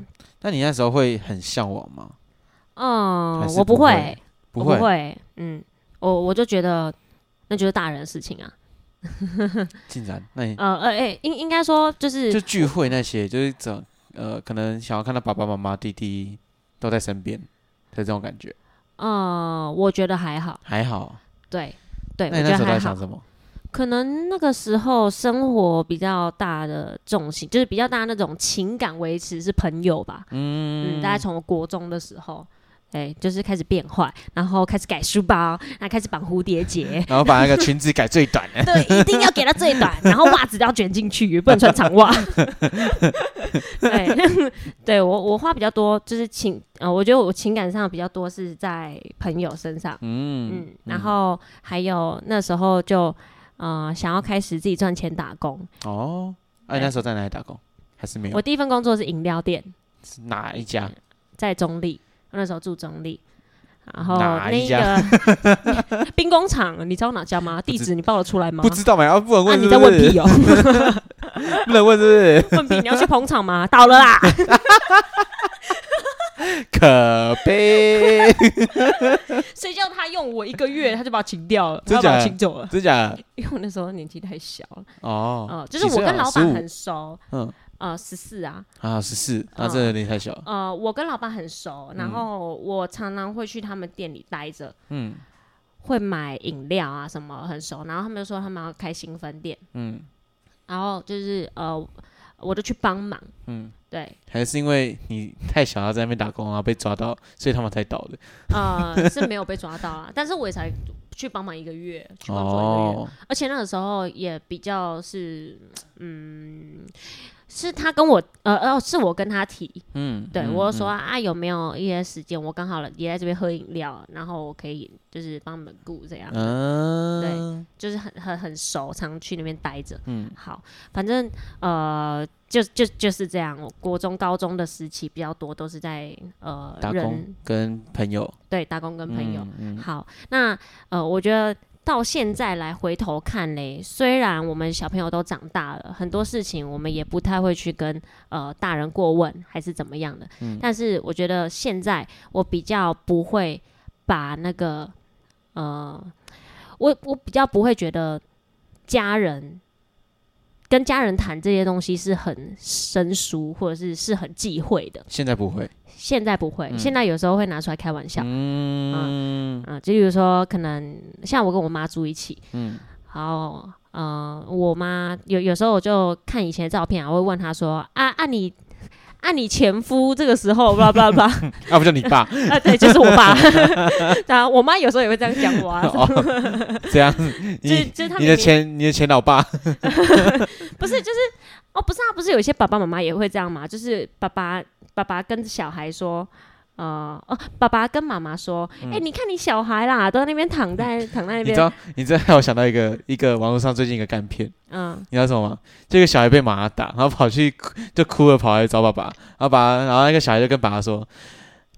Speaker 1: 那你那时候会很向往吗？还
Speaker 2: 嗯，
Speaker 1: 是
Speaker 2: 我
Speaker 1: 不会
Speaker 2: 会，我
Speaker 1: 会，
Speaker 2: 会，嗯，我我就觉得那就是大人的事情啊。
Speaker 1: 竟然，那你
Speaker 2: 呃呃，哎、应应该说就是
Speaker 1: 就聚会那些，就是找呃，可能想要看到爸爸妈妈、弟弟都在身边的这种感觉，
Speaker 2: 呃，我觉得还好，
Speaker 1: 还好。
Speaker 2: 对对，我
Speaker 1: 那你那
Speaker 2: 觉得
Speaker 1: 时候
Speaker 2: 还
Speaker 1: 在
Speaker 2: 好
Speaker 1: 想。什么？，
Speaker 2: 可能那个时候生活比较大的重心，就是嗯比较大那种情感维持是朋友吧。嗯，大概从我国中的时候，对，就是开始变坏，然后开始改书包，然后开始绑蝴蝶结
Speaker 1: 然后把那个裙子改最短，
Speaker 2: 对，一定要给它最短，然后袜子都要卷进去，不能穿长 袜。对， 对我我花比较多，就是情，呃，我觉得我情感上比较多是在朋友身上，
Speaker 1: 嗯
Speaker 2: 嗯，然后还有那时候就呃想要开始自己赚钱打工，
Speaker 1: 哦，哎，那时候在哪里打工？还是没有
Speaker 2: 我？第一份工作是饮料店，
Speaker 1: 是哪一家？
Speaker 2: 在中立，我那时候住中立。然后
Speaker 1: 哪
Speaker 2: 那
Speaker 1: 一
Speaker 2: 一
Speaker 1: 家
Speaker 2: 个 兵工厂，你知道哪家吗？地址你报得出来吗？
Speaker 1: 不知道嘛？要不能
Speaker 2: 啊，
Speaker 1: 问
Speaker 2: 你
Speaker 1: 是
Speaker 2: 在
Speaker 1: 不
Speaker 2: 问
Speaker 1: 是？
Speaker 2: 屁哦、 啊
Speaker 1: 不能问是
Speaker 2: 问屁！你要去捧场吗？倒了啦！
Speaker 1: 不是？可悲，
Speaker 2: 谁叫他用我一个月，他就把我请掉了，
Speaker 1: 真
Speaker 2: 他
Speaker 1: 假的
Speaker 2: 把我请走了，
Speaker 1: 真假的？
Speaker 2: 因为我那时候年纪太小了。
Speaker 1: 哦，
Speaker 2: 哦，就是
Speaker 1: 几
Speaker 2: 我
Speaker 1: 岁啊
Speaker 2: 跟老
Speaker 1: 15
Speaker 2: 板很熟，
Speaker 1: 嗯
Speaker 2: 呃，十四啊，
Speaker 1: 啊，十四，那真的有点太小了。
Speaker 2: 呃，我跟老板很熟，然后我常常会去他们店里待着，
Speaker 1: 嗯
Speaker 2: 会买饮料啊什么，很熟。然后他们就说他们要开新分店，
Speaker 1: 嗯
Speaker 2: 然后就是呃，我就去帮忙，
Speaker 1: 嗯，
Speaker 2: 对，
Speaker 1: 还是因为你太小要在那边打工，然后被抓到，所以他们才倒的。
Speaker 2: 呃，是没有被抓到啊，但是我也才去帮忙一个月，去工作一个月，
Speaker 1: 哦，
Speaker 2: 而且那个时候也比较是，嗯，是他跟我，呃，哦，是我跟他提，
Speaker 1: 嗯，
Speaker 2: 对、
Speaker 1: 嗯
Speaker 2: 我就说啊，有没有一些时间，我刚好了也在这边喝饮料，然后我可以就是帮你们顾这样，
Speaker 1: 嗯，
Speaker 2: 就是很很很熟，常去那边待着。
Speaker 1: 嗯
Speaker 2: 嗯，好，反正呃，就就就是这样，我国中、高中的时期比较多，都是在呃
Speaker 1: 打工
Speaker 2: 人
Speaker 1: 跟朋友，
Speaker 2: 对打工跟朋友。
Speaker 1: 嗯，嗯
Speaker 2: 好，那呃，我觉得到现在来回头看嘞，虽然我们小朋友都长大了，很多事情我们也不太会去跟呃大人过问，还是怎么样的。
Speaker 1: 嗯
Speaker 2: 但是我觉得现在我比较不会把那个呃，我我比较不会觉得家人。跟家人谈这些东西是很生疏，或者是是很忌讳的。
Speaker 1: 现在不会。
Speaker 2: 现在不会，
Speaker 1: 嗯
Speaker 2: 现在有时候会拿出来开玩笑。
Speaker 1: 嗯
Speaker 2: 啊啊，就比如说，可能像我跟我妈住一起，
Speaker 1: 嗯
Speaker 2: 然后呃，我妈有有时候我就看以前的照片啊，我会问她说啊啊你啊你前夫这个时候，巴拉巴拉巴拉
Speaker 1: 啊，不就你爸
Speaker 2: 啊，对，就是我爸。 然后我妈有时候也会这样讲我啊，
Speaker 1: 哦，这样，
Speaker 2: 就是
Speaker 1: 你
Speaker 2: 就是他
Speaker 1: 你
Speaker 2: 明
Speaker 1: 的
Speaker 2: 明
Speaker 1: 前你的前老爸，
Speaker 2: 不是就是哦，不是啊，不是有些爸爸妈妈也会这样嘛，就是爸爸爸爸跟小孩说。呃哦，爸爸跟妈妈说：“哎、你看你小孩啦，都在那边躺在躺在
Speaker 1: 嗯
Speaker 2: 那
Speaker 1: 你知
Speaker 2: 边，
Speaker 1: 道你知道让我想到一个一个网络上最近一个干片，
Speaker 2: 嗯，
Speaker 1: 你知道什么吗？这个小孩被妈打，然后跑去哭就哭了，跑来找爸爸，然后爸，然后那个小孩就跟爸爸说：“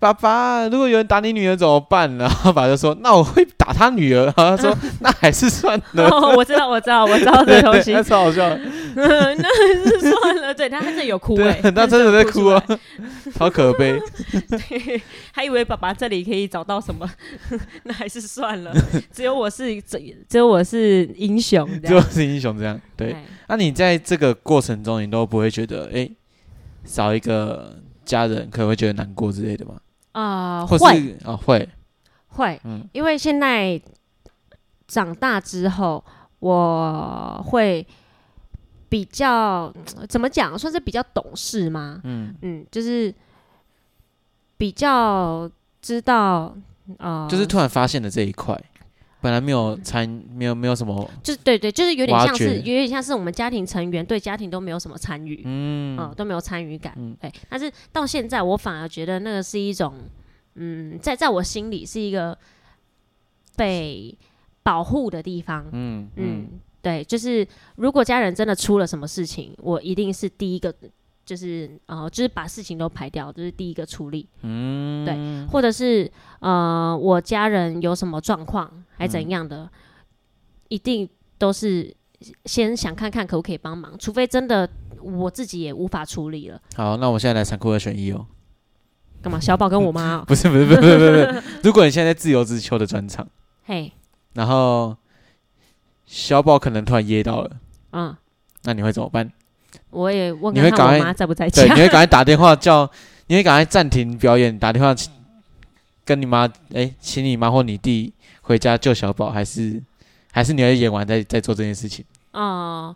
Speaker 1: 爸爸，如果有人打你女儿怎么办？”然后爸爸就说：“那我会打他女儿。”然后他说：“那还是算 了。
Speaker 2: 哦，我知道，我知道，我知道这
Speaker 1: 对
Speaker 2: 个东
Speaker 1: 对，
Speaker 2: 西
Speaker 1: 那，超好笑的，
Speaker 2: 那是算了。对他真的有哭哎、
Speaker 1: 对，
Speaker 2: 欸，
Speaker 1: 他真的在哭
Speaker 2: 哭
Speaker 1: 啊， 好可悲。
Speaker 2: 出来，对还以为爸爸这里可以找到什么， 那还是算了。只有我是只只有我是英雄，这
Speaker 1: 就
Speaker 2: 样
Speaker 1: 是英雄这样。对，
Speaker 2: 哎
Speaker 1: 那、你在这个过程中，你都不会觉得哎、诶少一个家人可能会觉得难过之类的吗？
Speaker 2: 啊、
Speaker 1: 或
Speaker 2: 会
Speaker 1: 是啊、会，
Speaker 2: 会，
Speaker 1: 嗯
Speaker 2: 因为现在长大之后，我会比较怎么讲，算是比较懂事吗？
Speaker 1: 嗯，
Speaker 2: 嗯，就是比较知道。呃，
Speaker 1: 就是突然发现了这一块，本来没有参，没有没有什么，
Speaker 2: 就是对对，就是有点
Speaker 1: 挖
Speaker 2: 像是
Speaker 1: 掘
Speaker 2: 有点像是我们家庭成员对家庭都没有什么参与，
Speaker 1: 嗯，
Speaker 2: 嗯，都没有参与感，
Speaker 1: 嗯
Speaker 2: 对。但是到现在，我反而觉得那个是一种，嗯，在在我心里是一个被保护的地方，
Speaker 1: 嗯
Speaker 2: 嗯
Speaker 1: 嗯，
Speaker 2: 对，就是如果家人真的出了什么事情，我一定是第一个，就是呃，就是把事情都排掉，就是第一个处理，
Speaker 1: 嗯，
Speaker 2: 对或者是呃，我家人有什么状况还
Speaker 1: 嗯
Speaker 2: 怎样的，一定都是先想看看可不可以帮忙，除非真的我自己也无法处理了。
Speaker 1: 好，那我们现在来残酷二选一哦，
Speaker 2: 干嘛？小宝跟我妈、哦，
Speaker 1: 不是不是不是不是不是，不 是如果你现在在自由之秋的专场，
Speaker 2: 嘿，
Speaker 1: 然后小宝可能突然噎到了，
Speaker 2: 嗯，
Speaker 1: 那你会怎么 办？
Speaker 2: 我也问
Speaker 1: 你会
Speaker 2: 看
Speaker 1: 赶
Speaker 2: 看
Speaker 1: 快
Speaker 2: 我妈在不在
Speaker 1: 对，
Speaker 2: 家
Speaker 1: 你。 会赶快打电话叫，你会赶快暂停表演，打电话请跟你妈，哎、请你妈或你弟回家救小宝，还是还是你要演完再再做这件事情？
Speaker 2: 哦、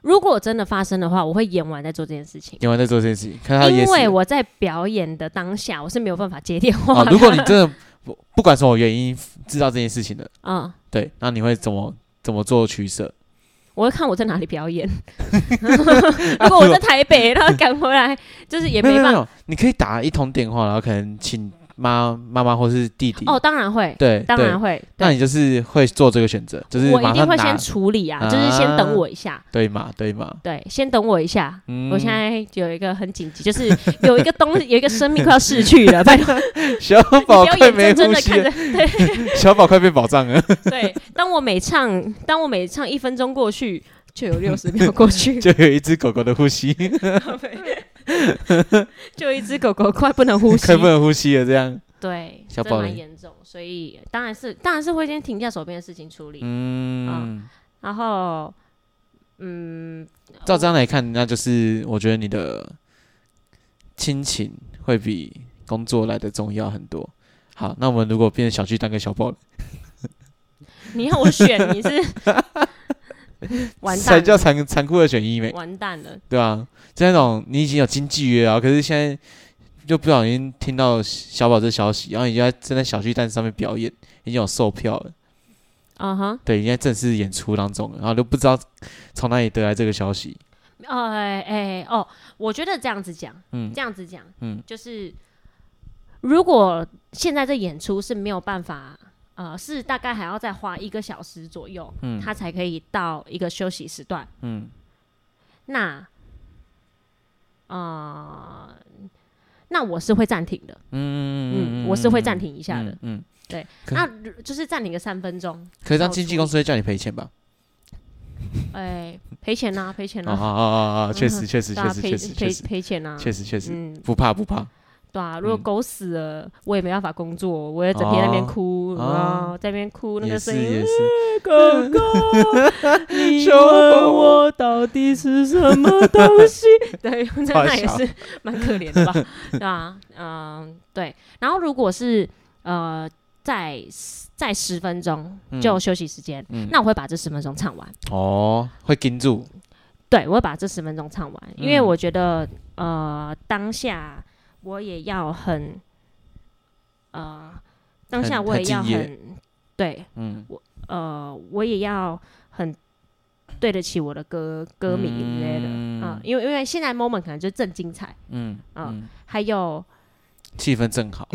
Speaker 2: 如果真的发生的话，我会演完再做这件事情。
Speaker 1: 演完再做这件事情，看他
Speaker 2: 因
Speaker 1: 噎死
Speaker 2: 为我在表演的当下，我是没有办法接电话
Speaker 1: 啊。
Speaker 2: 的。
Speaker 1: 如果你真的不不管什么原因知道这件事情的，
Speaker 2: 嗯，
Speaker 1: 对，那你会怎么怎么做取舍？
Speaker 2: 我会看我在哪里表演。 如果我在台北，然后赶回来，就是也
Speaker 1: 没
Speaker 2: 没
Speaker 1: 有没
Speaker 2: 办法。
Speaker 1: 有，你可以打一通电话，然后可能请妈妈妈或是弟弟。
Speaker 2: 哦，当然会，
Speaker 1: 对，
Speaker 2: 当
Speaker 1: 对
Speaker 2: 然会。
Speaker 1: 那
Speaker 2: 对，
Speaker 1: 你就是会做这个选择，就是
Speaker 2: 我一
Speaker 1: 马
Speaker 2: 定
Speaker 1: 上
Speaker 2: 会先
Speaker 1: 拿
Speaker 2: 处理啊，就是先等我一下。
Speaker 1: 对嘛对 嘛。
Speaker 2: 对，先等我一下。
Speaker 1: 嗯
Speaker 2: 我现在有一个很紧急， 就是有一个东西，有一个生命快要逝去 了，拜托，
Speaker 1: 小
Speaker 2: 你
Speaker 1: 宝
Speaker 2: 不要
Speaker 1: 快
Speaker 2: 眼
Speaker 1: 没
Speaker 2: 睁
Speaker 1: 呼
Speaker 2: 睁的
Speaker 1: 吸
Speaker 2: 看
Speaker 1: 了，
Speaker 2: 着。对
Speaker 1: 小宝快变宝藏 了，
Speaker 2: 对，当我每唱，当我每唱一分钟过去，就有六十秒 过去，
Speaker 1: 就有一只狗狗的呼吸，
Speaker 2: 就有一只狗狗快不能呼 吸
Speaker 1: 快，不能呼吸了，这样。
Speaker 2: 对，
Speaker 1: 小
Speaker 2: 这
Speaker 1: 宝嘞
Speaker 2: 蛮严重，所以当然是当然是会先停下手边的事情处理，
Speaker 1: 嗯，
Speaker 2: 然后嗯，
Speaker 1: 照这样来看，那就是我觉得你的亲情会比工作来的重要很多。好，那我们如果变成小巨蛋跟小宝，
Speaker 2: 你要我选，你 是完
Speaker 1: 才
Speaker 2: 蛋
Speaker 1: 叫
Speaker 2: 了，
Speaker 1: 残残酷的选一没？
Speaker 2: 完蛋了，
Speaker 1: 对啊，就那种你已经有经纪约啊，可是现在就不小心听到小宝这消息，然后你就在正在小巨蛋上面表演，已经有售票了，
Speaker 2: 嗯哼，
Speaker 1: 对，已经在正式演出当中了，然后都不知道从哪里得来这个消息。
Speaker 2: 呃，哎、哦，我觉得这样子讲，
Speaker 1: 嗯
Speaker 2: 这样子讲，
Speaker 1: 嗯
Speaker 2: 就是如果现在这演出是没有办法，呃，是大概还要再花一个小时左右，
Speaker 1: 嗯
Speaker 2: 它才可以到一个休息时段。
Speaker 1: 嗯，
Speaker 2: 那，呃，那我是会暂停的，
Speaker 1: 嗯
Speaker 2: 嗯，我是会暂停一下的，
Speaker 1: 嗯，嗯
Speaker 2: 对，
Speaker 1: 可
Speaker 2: 那就是暂停个三分钟，
Speaker 1: 可是当经纪公司会叫你赔钱吧？
Speaker 2: 哎、赔钱呐、赔钱呐、
Speaker 1: 啊啊啊啊啊！确实，确实，确
Speaker 2: 对啊，
Speaker 1: 实，
Speaker 2: 赔
Speaker 1: 确实，确
Speaker 2: 赔
Speaker 1: 实，
Speaker 2: 赔钱呐、
Speaker 1: 确实，确实，
Speaker 2: 嗯，
Speaker 1: 不怕，不怕。
Speaker 2: 对啊，如果
Speaker 1: 嗯
Speaker 2: 狗死了，我也没办法工作，我也整天在那边
Speaker 1: 哦
Speaker 2: 哭，
Speaker 1: 哦
Speaker 2: 然后在那边哭，那
Speaker 1: 也
Speaker 2: 个声
Speaker 1: 是，
Speaker 2: 音，
Speaker 1: 也是。
Speaker 2: 狗 狗，你
Speaker 1: 小
Speaker 2: 问
Speaker 1: 狗
Speaker 2: 我到底是什么东西？ 对，那
Speaker 1: 好
Speaker 2: 那也
Speaker 1: 笑
Speaker 2: 是蛮可怜的吧？对啊，嗯、对。然后如果是呃，在在十分钟
Speaker 1: 嗯
Speaker 2: 就休息时间，
Speaker 1: 嗯
Speaker 2: 那我会把这十分钟唱完。
Speaker 1: 哦，会盯住。
Speaker 2: 对，我会把这十分钟唱完，因为
Speaker 1: 嗯
Speaker 2: 我觉得、呃，当下我也要很呃，当下
Speaker 1: 很
Speaker 2: 我
Speaker 1: 很
Speaker 2: 也要
Speaker 1: 敬业
Speaker 2: 很对，
Speaker 1: 嗯，
Speaker 2: 呃，我也要很对得起我的歌歌迷之类的啊、
Speaker 1: 嗯
Speaker 2: 因为因为现在 moment 可能就是正精彩，
Speaker 1: 嗯
Speaker 2: 啊
Speaker 1: 嗯，
Speaker 2: 还有
Speaker 1: 气氛正好。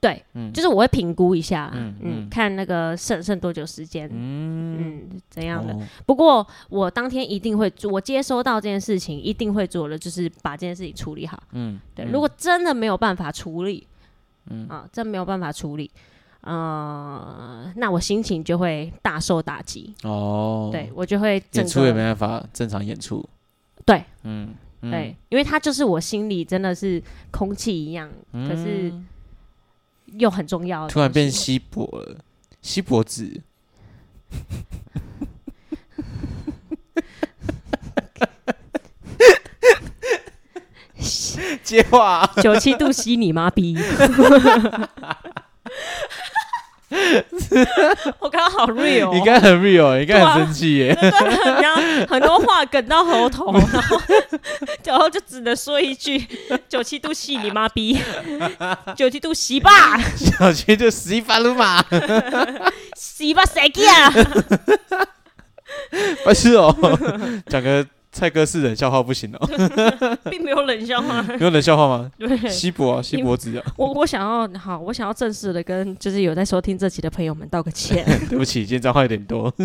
Speaker 2: 对，
Speaker 1: 嗯
Speaker 2: 就是我会评估一下，
Speaker 1: 嗯
Speaker 2: 嗯，
Speaker 1: 嗯
Speaker 2: 看那个剩剩多久时间，
Speaker 1: 嗯，
Speaker 2: 嗯怎样的。
Speaker 1: 哦
Speaker 2: 不过我当天一定会做，我接收到这件事情一定会做的，就是把这件事情处理好。
Speaker 1: 嗯，
Speaker 2: 对，
Speaker 1: 嗯
Speaker 2: 如果真的没有办法处理，嗯啊，真没有办法处理，呃，那我心情就会大受打击，
Speaker 1: 哦，
Speaker 2: 对，我就会整
Speaker 1: 演出也没
Speaker 2: 个
Speaker 1: 办法正常演出。
Speaker 2: 对
Speaker 1: 嗯，嗯
Speaker 2: 对，，因为它就是我心里真的是空气一样，可是
Speaker 1: 嗯
Speaker 2: 又很重要的东西。
Speaker 1: 突然变稀薄了，稀薄子。接话、
Speaker 2: 九七度 C，你 妈逼！ 我刚刚好 real，哦
Speaker 1: 你应该很 real，你应该
Speaker 2: 对啊
Speaker 1: 很生气 耶。
Speaker 2: 很多很多话梗到喉 头，然后 然后就只能说一句：九七度西你妈逼， 九七度西吧，
Speaker 1: 小七就十一发鲁马，
Speaker 2: 西吧谁啊干？
Speaker 1: 不是哦，讲个蔡哥是冷笑话不行哦，
Speaker 2: 并没有冷笑 话。
Speaker 1: 有冷笑话吗？
Speaker 2: 对
Speaker 1: 西伯啊，西伯子啊，
Speaker 2: 我，我想要好，我想要正式的跟就是有在收听这期的朋友们道个歉。
Speaker 1: 对不起，今天脏话有点多。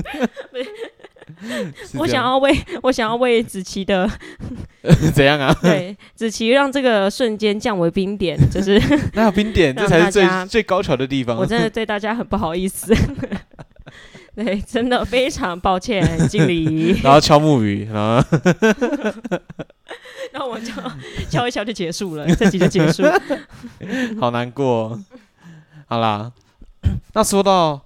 Speaker 1: 是
Speaker 2: 我
Speaker 1: 这
Speaker 2: 想
Speaker 1: 样
Speaker 2: 要为我想要为子琪的
Speaker 1: 怎样 啊？
Speaker 2: 对子琪让这个瞬间降为冰点，就是
Speaker 1: 那有冰点，这
Speaker 2: 让
Speaker 1: 才
Speaker 2: 大
Speaker 1: 是最
Speaker 2: 家
Speaker 1: 最高潮的地方
Speaker 2: 我。真的对大家很不好意思。 对，真的非常抱歉，经理。
Speaker 1: 然后敲木鱼，然后
Speaker 2: 然后我就敲一敲就结束了， 这集就结束。
Speaker 1: 好难过 哦、好啦， 那说到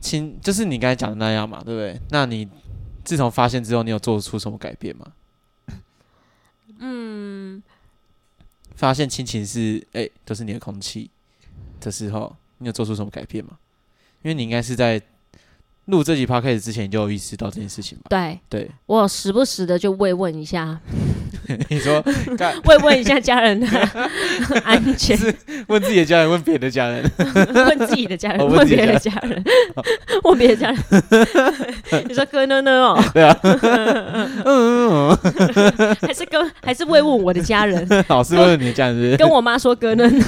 Speaker 1: 亲，就是你刚才讲的那样嘛，对不对？那你自从发现之后，你有做出什么改变吗？
Speaker 2: 嗯，
Speaker 1: 发现亲情是哎、都是你的空气的时候，你有做出什么改变吗？因为你应该是在录这集 podcast 之前，你就有意识到这件事情嘛？
Speaker 2: 对
Speaker 1: 对，
Speaker 2: 我有时不时的就慰问一下，
Speaker 1: 你说干
Speaker 2: 慰问一下家人 的安 全，
Speaker 1: 问自己的家人，问别人的家人，
Speaker 2: 问自己的家
Speaker 1: 哦
Speaker 2: 人，
Speaker 1: 问
Speaker 2: 问
Speaker 1: 自己
Speaker 2: 别
Speaker 1: 的
Speaker 2: 的家人，问别的家人。 你说哥呢呢哦，
Speaker 1: 嗯，嗯
Speaker 2: 还是跟还是慰问我的家人，
Speaker 1: 嗯老师问你的家人是不
Speaker 2: 跟
Speaker 1: 是，
Speaker 2: 我妈说哥呢呢，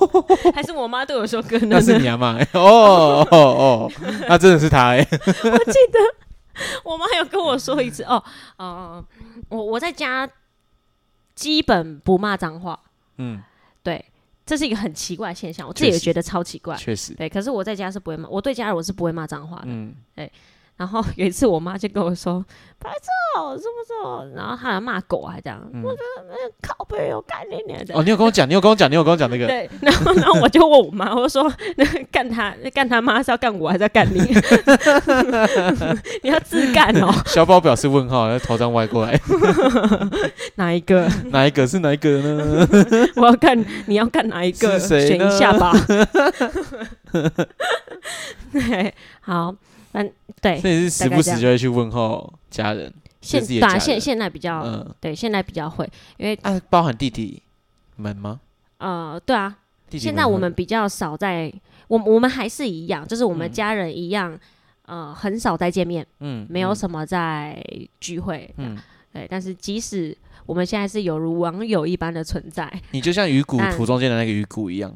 Speaker 2: 还是我妈对我说哥呢
Speaker 1: 那是
Speaker 2: 呢？
Speaker 1: 你阿妈欸哦哦哦，那真的是他哎，
Speaker 2: 我妈有跟我说一次哦，哦、我我在家基本不骂脏话，
Speaker 1: 嗯，
Speaker 2: 对，这是一个很奇怪的现象，我自己
Speaker 1: 确
Speaker 2: 也
Speaker 1: 实
Speaker 2: 觉得超奇怪。
Speaker 1: 确实，
Speaker 2: 对，可是我在家是不会骂，我对家人我是不会骂脏话的。
Speaker 1: 嗯，
Speaker 2: 然后有一次我妈就跟我说：“白痴哦，是不是哦？”然后她还骂狗还这样，
Speaker 1: 嗯
Speaker 2: 我觉得那个靠背有干你娘的。
Speaker 1: 哦，你有跟我讲，你有跟我讲，你有跟我讲那个，
Speaker 2: 对， 然后然后我就问我妈，我说：“那干他干他妈是要干我还是要干你？ 你要自干哦，
Speaker 1: 小宝表示问号，然后头张歪过 来，
Speaker 2: 哪一个？
Speaker 1: 哪一个是哪一个呢？
Speaker 2: 我要干你要干哪一个？
Speaker 1: 是谁
Speaker 2: 选
Speaker 1: 呢
Speaker 2: 一下 吧。 对，好，嗯，对，
Speaker 1: 所以是时
Speaker 2: 大概
Speaker 1: 不时
Speaker 2: 这样
Speaker 1: 就会去问候家人，
Speaker 2: 现
Speaker 1: 自己的
Speaker 2: 对
Speaker 1: 家
Speaker 2: 啊，
Speaker 1: 人
Speaker 2: 现现在比较、
Speaker 1: 嗯，
Speaker 2: 对，现在比较会，因为
Speaker 1: 啊，包含弟弟们吗？
Speaker 2: 呃，对啊，
Speaker 1: 弟弟
Speaker 2: 现在我
Speaker 1: 会
Speaker 2: 们比较少在，我我们还是一样，就是我们
Speaker 1: 嗯
Speaker 2: 家人一样，呃，很少再见面，
Speaker 1: 嗯
Speaker 2: 没有
Speaker 1: 嗯
Speaker 2: 什么在聚会，
Speaker 1: 嗯，
Speaker 2: 对。但是即使我们现在是有如网友一般的存在
Speaker 1: 你就像鱼骨
Speaker 2: 但
Speaker 1: 图中间的那个鱼骨一样，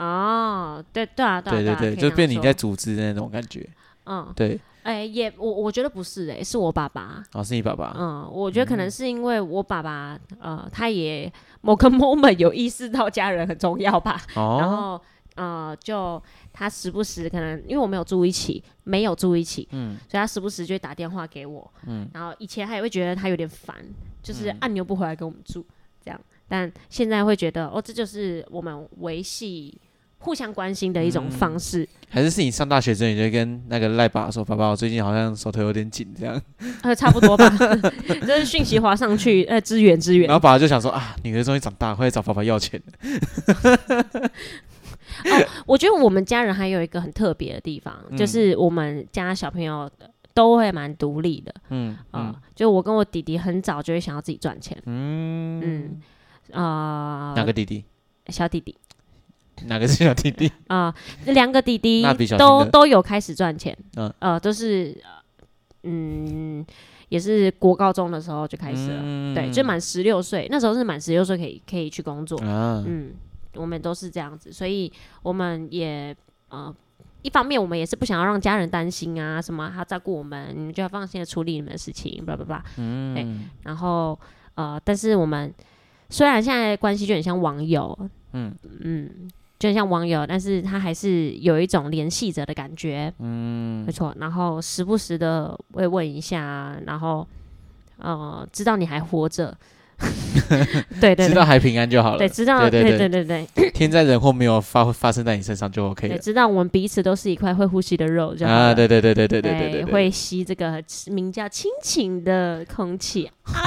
Speaker 2: 哦，对对啊，对啊
Speaker 1: 对对
Speaker 2: 啊
Speaker 1: 对，
Speaker 2: 可以
Speaker 1: 就
Speaker 2: 这
Speaker 1: 变
Speaker 2: 样
Speaker 1: 你在
Speaker 2: 说
Speaker 1: 组织的那种感觉，
Speaker 2: 嗯，
Speaker 1: 对，
Speaker 2: 哎、也我我觉得不是哎、是我爸爸，
Speaker 1: 哦，是你爸爸，
Speaker 2: 嗯，我觉得可能是因为我爸爸，呃，他也某个 moment 有意识到家人很重要吧，然
Speaker 1: 哦，
Speaker 2: 后呃，就他时不时可能因为我没有住一起，没有住一起，
Speaker 1: 嗯
Speaker 2: 所以他时不时就会打电话给我，
Speaker 1: 嗯
Speaker 2: 然后以前他也会觉得他有点烦，就是
Speaker 1: 嗯
Speaker 2: 按钮不回来跟我们住这样，但现在会觉得哦，这就是我们维系互相关心的一
Speaker 1: 嗯
Speaker 2: 种方式。
Speaker 1: 还是是你上大学之后，你就跟那个赖爸说，爸爸，我最近好像手头有点紧这样，
Speaker 2: 呃，差不多吧， 就是讯息划上去，呃，支援支援
Speaker 1: 然。后爸爸就想说啊，女儿终于长大，快来找爸爸要钱，
Speaker 2: 我觉得我们家人还有一个很特别的地方，就
Speaker 1: 嗯
Speaker 2: 是我们家小朋友都会蛮独立的，
Speaker 1: 嗯
Speaker 2: 啊、
Speaker 1: 嗯
Speaker 2: 就我跟我弟弟很早就会想要自己赚钱，
Speaker 1: 嗯
Speaker 2: 嗯，啊、
Speaker 1: 哪个弟弟？
Speaker 2: 小弟弟
Speaker 1: 哪个是小弟弟？
Speaker 2: 啊、两个弟弟
Speaker 1: 蜡笔小新
Speaker 2: 都
Speaker 1: 的
Speaker 2: 都有开始赚钱，
Speaker 1: 嗯
Speaker 2: 呃，都是呃嗯，也是国高中的时候就开始了，
Speaker 1: 嗯
Speaker 2: 对，就满十六岁，那时候是满十六岁可以可以去工作，
Speaker 1: 啊，
Speaker 2: 嗯，我们都是这样子，所以我们也呃。一方面，我们也是不想要让家人担心啊，什么他照顾我们，你们就要放心的处理你们的事情，叭叭叭。
Speaker 1: 嗯
Speaker 2: 然后呃，但是我们虽然现在的关系就很像网友，
Speaker 1: 嗯
Speaker 2: 嗯，就很像网友，但是他还是有一种联系着的感觉，
Speaker 1: 嗯
Speaker 2: 没错。然后时不时的会问一下，然后呃，知道你还 活着，对对
Speaker 1: 知
Speaker 2: 对
Speaker 1: 道还平安就好
Speaker 2: 对，
Speaker 1: 了，
Speaker 2: 知道
Speaker 1: 对对对
Speaker 2: 对对对对
Speaker 1: 天灾人祸没有发发生在你身上就 OK
Speaker 2: 对，
Speaker 1: 了。
Speaker 2: 知道我们彼此都是一块会呼吸的肉，就好
Speaker 1: 啊，
Speaker 2: 了哎
Speaker 1: 对对对对对对对对，
Speaker 2: 会吸这个名叫亲情的空气，哎，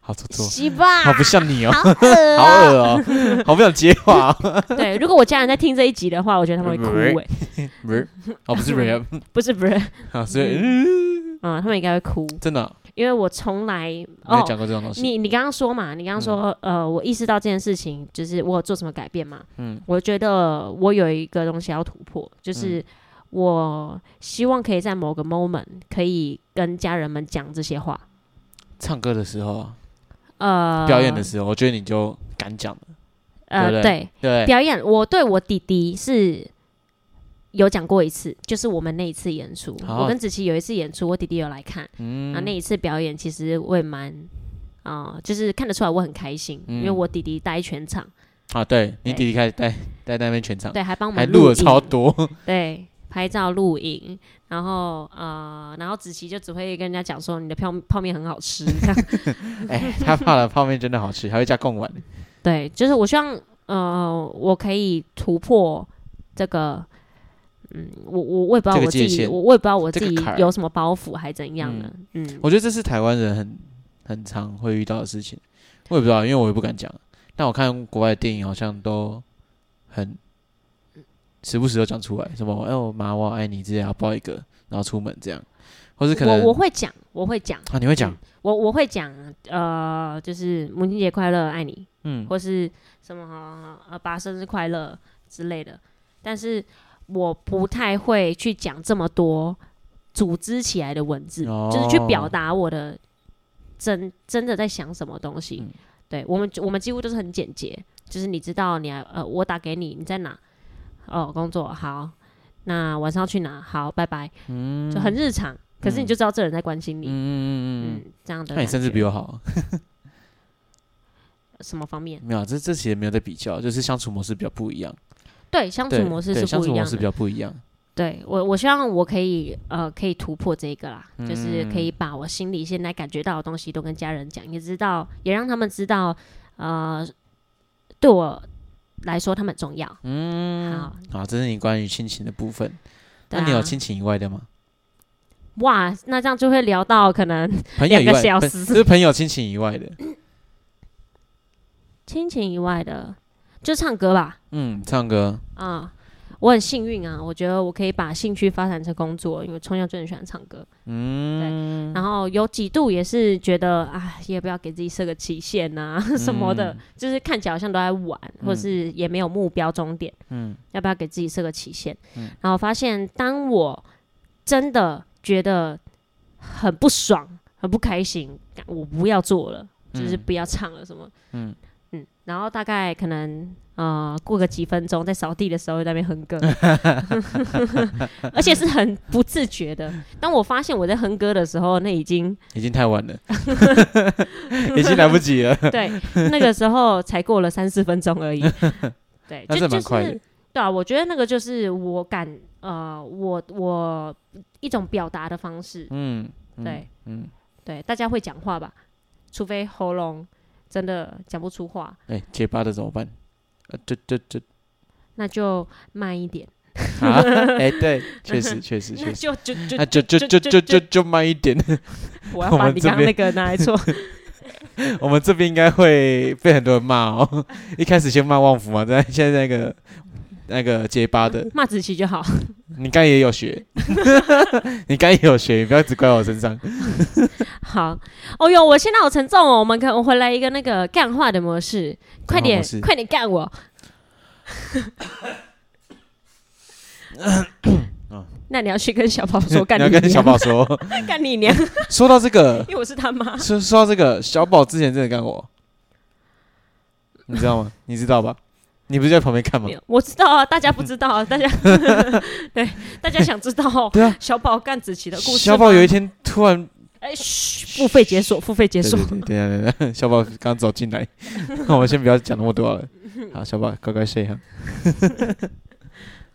Speaker 1: 好做作，
Speaker 2: 吸吧，
Speaker 1: 好不像你哦，
Speaker 2: 好恶
Speaker 1: 好
Speaker 2: 哦
Speaker 1: 恶哦，好不想接话哦，
Speaker 2: 对，如果我家人在听这一集的话，我觉得他们会哭哎、
Speaker 1: 不是，哦不是 rap，
Speaker 2: 不是不是，
Speaker 1: 啊，所以嗯
Speaker 2: 嗯，他们应该会哭，
Speaker 1: 真的
Speaker 2: 因为我从来
Speaker 1: 没有
Speaker 2: 哦，
Speaker 1: 讲嗯过这种东西，
Speaker 2: 你你刚刚说嘛，你刚刚说、呃，我意识到这件事情，就是我有做什么改变嘛，
Speaker 1: 嗯
Speaker 2: 我觉得我有一个东西要突破，就是我希望可以在某个 moment 可以跟家人们讲这些话，
Speaker 1: 唱歌的时候啊，
Speaker 2: 呃，
Speaker 1: 表演的时候，我觉得你就敢讲了，
Speaker 2: 呃
Speaker 1: 对哎不
Speaker 2: 对
Speaker 1: 对不对，
Speaker 2: 表演，我对我弟弟是有讲过一次，就是我们那一次演出，
Speaker 1: 哦
Speaker 2: 我跟子琪有一次演出，我弟弟有来看，
Speaker 1: 嗯
Speaker 2: 然后那一次表演其实我也蛮，啊、就是看得出来我很开心，
Speaker 1: 嗯
Speaker 2: 因为我弟弟待全场，
Speaker 1: 啊，对你
Speaker 2: 对
Speaker 1: 弟弟开始带带那边全场，
Speaker 2: 对，还帮我
Speaker 1: 还
Speaker 2: 们
Speaker 1: 录了
Speaker 2: 影
Speaker 1: 超多，
Speaker 2: 对，拍照录影，然后呃，然后子琪就只会跟人家讲说你的泡泡面很好吃， 这样
Speaker 1: 哎，他泡的泡面真的好吃，还会加贡丸，
Speaker 2: 对，就是我希望呃，我可以突破这个。嗯，我我我也不知道
Speaker 1: 这个
Speaker 2: 我自
Speaker 1: 界
Speaker 2: 己，
Speaker 1: 限
Speaker 2: 我我也不知道我
Speaker 1: 这
Speaker 2: 自
Speaker 1: 个
Speaker 2: 己
Speaker 1: 坎儿
Speaker 2: 有什么包袱还怎样呢？嗯，
Speaker 1: 我觉得这是台湾人很很常会遇到的事情，我也不知道，因为我也不敢讲。但我看国外的电影好像都很时不时都讲出来，什么哎我妈我好爱你之类，然后抱一个，然后出门这样，或是可能
Speaker 2: 我我会嗯讲，我会讲，
Speaker 1: 啊你会讲，
Speaker 2: 我我会讲，呃，就是母亲节快乐，爱你，
Speaker 1: 嗯
Speaker 2: 或是什么呃，爸生日快乐之类的。但是我不太会去讲这么多组织起来的文字，
Speaker 1: 哦
Speaker 2: 就是去表达我的真真的在想什么东西。
Speaker 1: 嗯
Speaker 2: 对我们，我们几乎都是很简洁，就是你知道你还呃，我打给你，你在哪？哦，工作好，那晚上要去哪？好，拜拜，
Speaker 1: 嗯
Speaker 2: 就很日常。可是你就知道这人在关心
Speaker 1: 嗯
Speaker 2: 你，
Speaker 1: 嗯嗯嗯
Speaker 2: 嗯，这样
Speaker 1: 嗯，
Speaker 2: 的感觉。
Speaker 1: 那你甚至比我好，
Speaker 2: 什么方面？
Speaker 1: 没有啊这这其实没有在比较，就是相处模式比较不一样，
Speaker 2: 对，相处
Speaker 1: 对
Speaker 2: 模式
Speaker 1: 对
Speaker 2: 是
Speaker 1: 相
Speaker 2: 不
Speaker 1: 处
Speaker 2: 一
Speaker 1: 模
Speaker 2: 样
Speaker 1: 式比
Speaker 2: 的。
Speaker 1: 较不一样，
Speaker 2: 对我，我希望我可以呃，可以突破这个啦，
Speaker 1: 嗯
Speaker 2: 就是可以把我心里现在感觉到的东西都跟家人讲，也知道，也让他们知道，呃，对我来说他们很重要。嗯，好，
Speaker 1: 啊，这是你关于亲情的部分。
Speaker 2: 对
Speaker 1: 那你有
Speaker 2: 啊
Speaker 1: 亲情以外的吗？
Speaker 2: 哇，那这样就会聊到可能
Speaker 1: 朋友以
Speaker 2: 两个
Speaker 1: 外，
Speaker 2: 小
Speaker 1: 不
Speaker 2: 时
Speaker 1: 就是 朋友亲情以外的，
Speaker 2: 亲情以外的，就唱歌吧。
Speaker 1: 嗯，唱歌，
Speaker 2: 啊、我很幸运啊，我觉得我可以把兴趣发展成工作，因为从小就很喜欢唱歌。
Speaker 1: 嗯，
Speaker 2: 然后有几度也是觉得啊，也不要给自己设个期限呐、 什么
Speaker 1: 嗯
Speaker 2: 的，就是看起来好像都在玩，或是也没有目标终点，
Speaker 1: 嗯，
Speaker 2: 要不要给自己设个期限？然后发现，当我真的觉得很不爽、很不开心，干我不要做了，就是不要唱了什么，
Speaker 1: 嗯
Speaker 2: 嗯嗯，然后大概可能。呃，过个几分钟，在扫地的时候又在那边哼歌，而且是很不自觉的。当我发现我在哼歌的时候，那已 经
Speaker 1: 已经太晚 了，已经来不及了。
Speaker 2: 对，那个时候才过了三四分钟而已。对，
Speaker 1: 那这
Speaker 2: 就
Speaker 1: 蛮
Speaker 2: 就
Speaker 1: 快的
Speaker 2: 是对啊，我觉得那个就是我敢呃，我我一种表达的方式。
Speaker 1: 嗯，嗯
Speaker 2: 对，
Speaker 1: 嗯，
Speaker 2: 对，大家会讲话吧？除非喉咙真的讲不出话，
Speaker 1: 哎，结巴的怎么办？呃，这这 这
Speaker 2: 那就慢一点，
Speaker 1: 啊，哎，对，确实确实
Speaker 2: 那
Speaker 1: 确实，
Speaker 2: 就就就
Speaker 1: 那就就就就就就慢一点。
Speaker 2: 我要
Speaker 1: 我
Speaker 2: 把
Speaker 1: 们
Speaker 2: 你
Speaker 1: 这
Speaker 2: 刚刚那个拿来做
Speaker 1: 我们这边应该会被很多人骂哦。 一开始先骂旺福嘛，但现在那个那个结巴的，
Speaker 2: 骂子琪就好。
Speaker 1: 你刚也有 学，你刚也有学，你不要只怪我身上。
Speaker 2: 好，哦哟，我现在好沉重哦，我们可我回来一个那个干话的模式，快
Speaker 1: 干话模
Speaker 2: 点
Speaker 1: 式
Speaker 2: 快点干 我。那你要去跟小宝说 干
Speaker 1: 你要
Speaker 2: 你
Speaker 1: 跟小
Speaker 2: 娘，
Speaker 1: 宝说，
Speaker 2: 干你娘，
Speaker 1: 说到这个，
Speaker 2: 因为我是他妈。
Speaker 1: 说说到这个，小宝之前真的干我，你知道吗？你知道吧？你不是在旁边看吗
Speaker 2: 没？有，我知道啊，大家不知道啊，大家 对大家想知道
Speaker 1: 嗯
Speaker 2: 哦
Speaker 1: 对啊，
Speaker 2: 小宝干子琪的故事吗。
Speaker 1: 小宝有一天突然，
Speaker 2: 哎，嘘，付费解锁，付费解
Speaker 1: 对
Speaker 2: 锁
Speaker 1: 对。对，等一下等一下，小宝刚走进来，那我们先不要讲那么多了。好，小宝乖乖睡哈。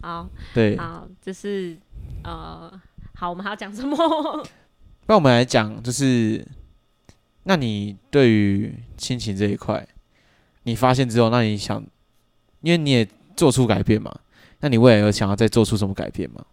Speaker 2: 好
Speaker 1: 对，
Speaker 2: 好，这是呃，好，我们还要讲什么？
Speaker 1: 那我们来讲，就是，那你对于亲情这一块，你发现之后，那你想，因为你也做出改变嘛，那你未来有想要再做出什么改变吗？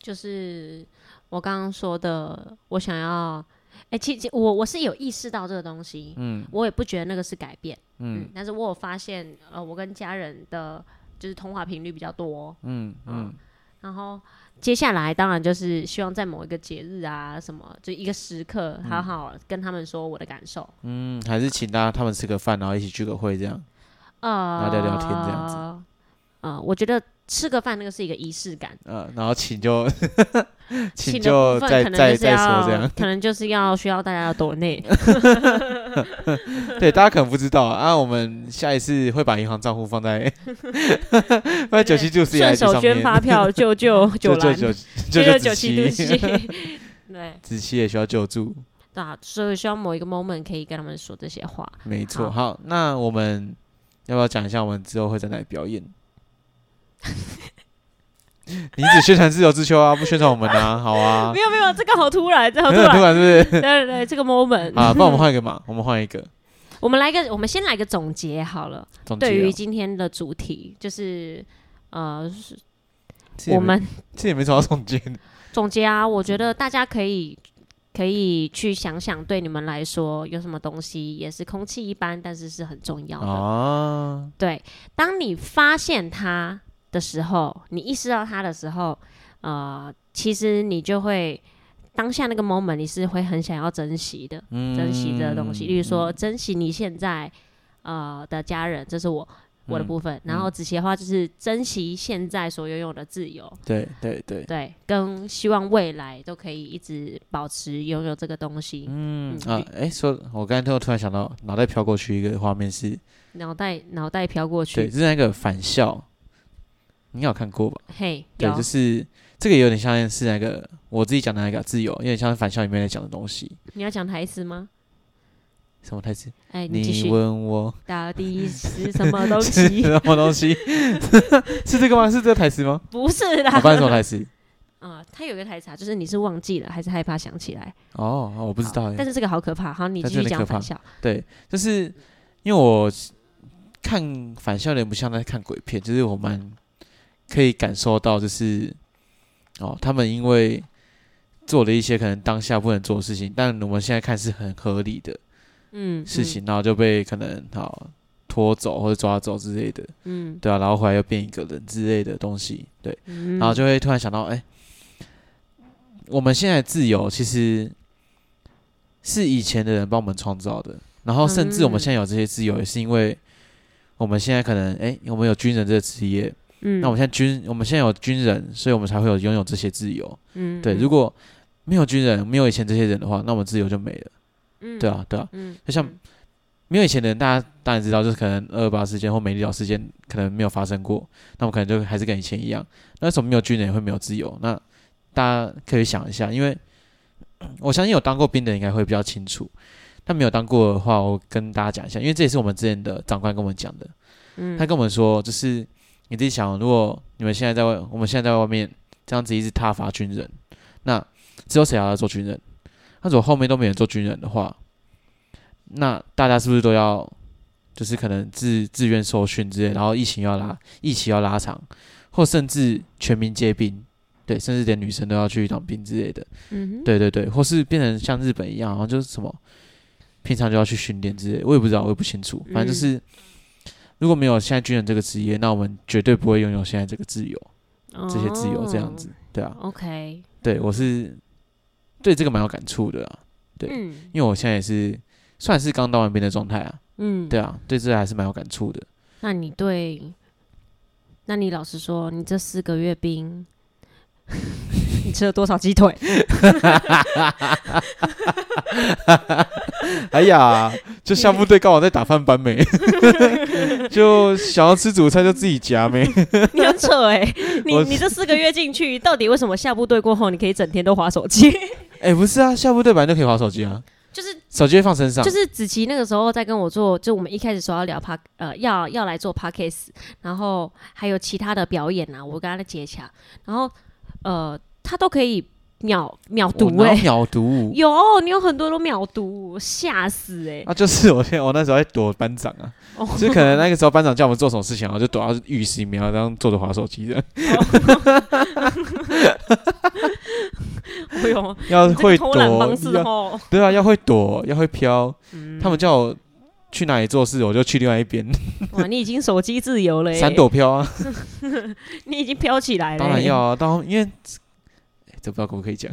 Speaker 2: 就是 我刚刚说的，我想要，哎、其实我我是有意识到这个东西，嗯，我也不觉得那个是改变，嗯，但是我有发现，呃，我跟家人的就是通话频率比较多，啊
Speaker 1: 嗯嗯
Speaker 2: 然后接下来当然就是希望在某一个节日啊什么，就一个时刻，好好跟他们说我的感受，
Speaker 1: 嗯，还是请大家他们吃个饭，然后一起聚个会这样。
Speaker 2: 呃，
Speaker 1: 后聊聊天这样子
Speaker 2: 子，呃，我觉得吃个饭那个是一个仪式感。
Speaker 1: 呃，然后请 就请
Speaker 2: 请
Speaker 1: 就
Speaker 2: 的部
Speaker 1: 再
Speaker 2: 分可能
Speaker 1: 再
Speaker 2: 就是
Speaker 1: 再说
Speaker 2: 要，
Speaker 1: 这样。
Speaker 2: 可能就是要需要大家的抖 内，
Speaker 1: 对，大家可能不知道啊，我们下一次会把银行账户放 在放在九七九四
Speaker 2: 顺
Speaker 1: I
Speaker 2: 手
Speaker 1: 上
Speaker 2: 捐
Speaker 1: 面，
Speaker 2: 发票救救九
Speaker 1: 就就
Speaker 2: 兰，
Speaker 1: 就
Speaker 2: 救
Speaker 1: 就就
Speaker 2: 九
Speaker 1: 子
Speaker 2: 七度
Speaker 1: 琪，
Speaker 2: 西。 对，
Speaker 1: 子琪也需要救助，
Speaker 2: 对啊，所以希望某一个 moment 可以跟他们说这些话。
Speaker 1: 没错。
Speaker 2: 好
Speaker 1: 好，那我们要不要讲一下我们之后会在哪里表 演？你只宣传自由之秋啊，不宣传我们啊，好啊
Speaker 2: 没，有没有，这个好突然，这个好
Speaker 1: 没
Speaker 2: 突
Speaker 1: 有突
Speaker 2: 然。
Speaker 1: 然是 不是？
Speaker 2: 对对对，这个 moment，
Speaker 1: 啊，不然我们换一个嘛，我们换一个
Speaker 2: 我们来个，我们先来个总结好了。
Speaker 1: 总结哦。
Speaker 2: 对于今天的主题，就是呃，是
Speaker 1: 这也
Speaker 2: 我
Speaker 1: 没
Speaker 2: 们
Speaker 1: 这也没什么好总结的。
Speaker 2: 总结啊，我
Speaker 1: 嗯
Speaker 2: 觉得大家可以可以去想想，对你们来说有什么东西也是空气一般，但是是很重要的。
Speaker 1: 啊，
Speaker 2: 对，当你发现它的时候，你意识到它的时候，呃，其实你就会当下那个 moment 你是会很想要珍惜的，
Speaker 1: 嗯
Speaker 2: 珍惜这个东西。例如说，珍惜你现在呃的家人，这是我我的
Speaker 1: 嗯
Speaker 2: 部分。然后子琪的话就是珍惜现在所拥有的自由，
Speaker 1: 嗯对对对，
Speaker 2: 对，跟希望未来都可以一直保持拥有这个东西。
Speaker 1: 嗯
Speaker 2: 嗯
Speaker 1: 啊，哎，说，我刚才突突然想到，脑袋飘过去一个画面是，
Speaker 2: 脑袋脑袋飘过
Speaker 1: 对，
Speaker 2: 去，
Speaker 1: 就是那个返校，你应该有看过吧？
Speaker 2: 嘿，
Speaker 1: 对，
Speaker 2: 有
Speaker 1: 就是这个有点像是那个我自己讲的那个自由，有点像是返校里面在讲的东西。
Speaker 2: 你要讲台词吗？
Speaker 1: 什么台词？
Speaker 2: 哎，你继
Speaker 1: 你
Speaker 2: 续。
Speaker 1: 问我
Speaker 2: 到底是什么 东
Speaker 1: 是
Speaker 2: 西？
Speaker 1: 什么东西？ 是这个吗？是这个台词吗？
Speaker 2: 不是啦
Speaker 1: 我，发现什么台词？
Speaker 2: 啊，他有一个台词啊，就是你是忘记了还是害怕想起来？
Speaker 1: 哦，我不知道
Speaker 2: 好
Speaker 1: 耶。
Speaker 2: 但是这个好可怕。好，你
Speaker 1: 但
Speaker 2: 继
Speaker 1: 真
Speaker 2: 续
Speaker 1: 的
Speaker 2: 讲
Speaker 1: 可怕
Speaker 2: 返校。
Speaker 1: 对，就是因为我看返校有点不像在看鬼片，就是我们可以感受到，就是哦，他们因为做了一些可能当下不能做的事情，但我们现在看是很合理的
Speaker 2: 嗯，
Speaker 1: 事情，然后就被可能好拖走或者抓走之类的，
Speaker 2: 嗯，
Speaker 1: 对啊，然后回来又变一个人之类的东西，对，
Speaker 2: 嗯，
Speaker 1: 然后
Speaker 2: 嗯
Speaker 1: 就会突然想到，哎、我们现在的自由其实是以前的人帮我们创造的，然后甚至我们
Speaker 2: 嗯
Speaker 1: 现在有这些自由，也是因为我们现在可能，哎、我们有军人这个职业，
Speaker 2: 嗯，
Speaker 1: 那我们现在军，我们现在有军人，所以我们才会有拥有这些自由。
Speaker 2: 嗯，
Speaker 1: 对，如果没有军人，没有以前这些人的话，那我们自由就没了。
Speaker 2: 嗯
Speaker 1: 对，啊，对啊，
Speaker 2: 嗯，嗯
Speaker 1: 就像
Speaker 2: 嗯
Speaker 1: 没有以前的人，大家当然知道，就是可能二二八事件或美丽岛事件可能没有发生过，那我们可能就还是跟以前一样。那为什么没有军人也会没有自由？那大家可以想一下，因为嗯我相信有当过兵的人应该会比较清楚。但没有当过的话，我跟大家讲一下，因为这也是我们之前的长官跟我们讲的。
Speaker 2: 嗯，
Speaker 1: 他跟我们说，就是你自己想，如果你们现在在外，我们现在在外面这样子一直踏伐军人，那只有谁还要做军人？那如果后面都没人做军人的话，那大家是不是都要就是可能自自愿受训之类，然后疫情要拉，疫情要拉长，或甚至全民皆兵，对，甚至连女生都要去当兵之类的。
Speaker 2: 嗯哼，
Speaker 1: 对对对，或是变成像日本一样，好像就是什么平常就要去训练之类，我也不知道，我也不清楚。反正就是、如果没有现在军人这个职业，那我们绝对不会拥有现在这个自由，这些自由这样子。对啊
Speaker 2: 哦。，OK，
Speaker 1: 对我是对这个蛮有感触的啊，对
Speaker 2: 嗯
Speaker 1: 因为我现在也是算是刚当完兵的状态啊，
Speaker 2: 嗯，
Speaker 1: 对啊，对这个还是蛮有感触的。
Speaker 2: 那你对，那你老实说，你这四个月冰， 你吃了多少鸡腿？
Speaker 1: 哎呀，就下部队刚好在打饭班没， 就想要吃主菜就自己夹没。
Speaker 2: 你很扯 哎、你
Speaker 1: 我
Speaker 2: 你这四个月进去，到底为什么下部队过后，你可以整天都划手机？
Speaker 1: 哎、不是啊，下部队本来就可以划手机啊，
Speaker 2: 就是
Speaker 1: 手机会放身上。
Speaker 2: 就是子琪那个时候在跟我做，就我们一开始说要聊 p 呃要要来做 podcast，然后还有其他的表演啊，我跟他的接洽，然后呃他都可以秒秒读
Speaker 1: 我
Speaker 2: 哎、
Speaker 1: 哪有秒读
Speaker 2: 有你有很多都秒读，吓死哎、
Speaker 1: 啊，就是我现在我那时候在躲班长啊，
Speaker 2: 哦
Speaker 1: 就是可能那个时候班长叫我们做什么事情啊，我就躲到浴室里面，然后这样坐着划手机的。
Speaker 2: 哎呦，
Speaker 1: 要
Speaker 2: 这个
Speaker 1: 会
Speaker 2: 偷
Speaker 1: 躲
Speaker 2: 懒方式，
Speaker 1: 要
Speaker 2: 哦，嗯
Speaker 1: 对啊，要会躲，要会飘。他们叫我去哪里做事，我就去另外一边，
Speaker 2: 哇，你已经手机自由了、欸，
Speaker 1: 闪躲飘啊，
Speaker 2: 你已经飘起来了、欸
Speaker 1: 当然要。啊，当因为、哎这不知道可不可以讲，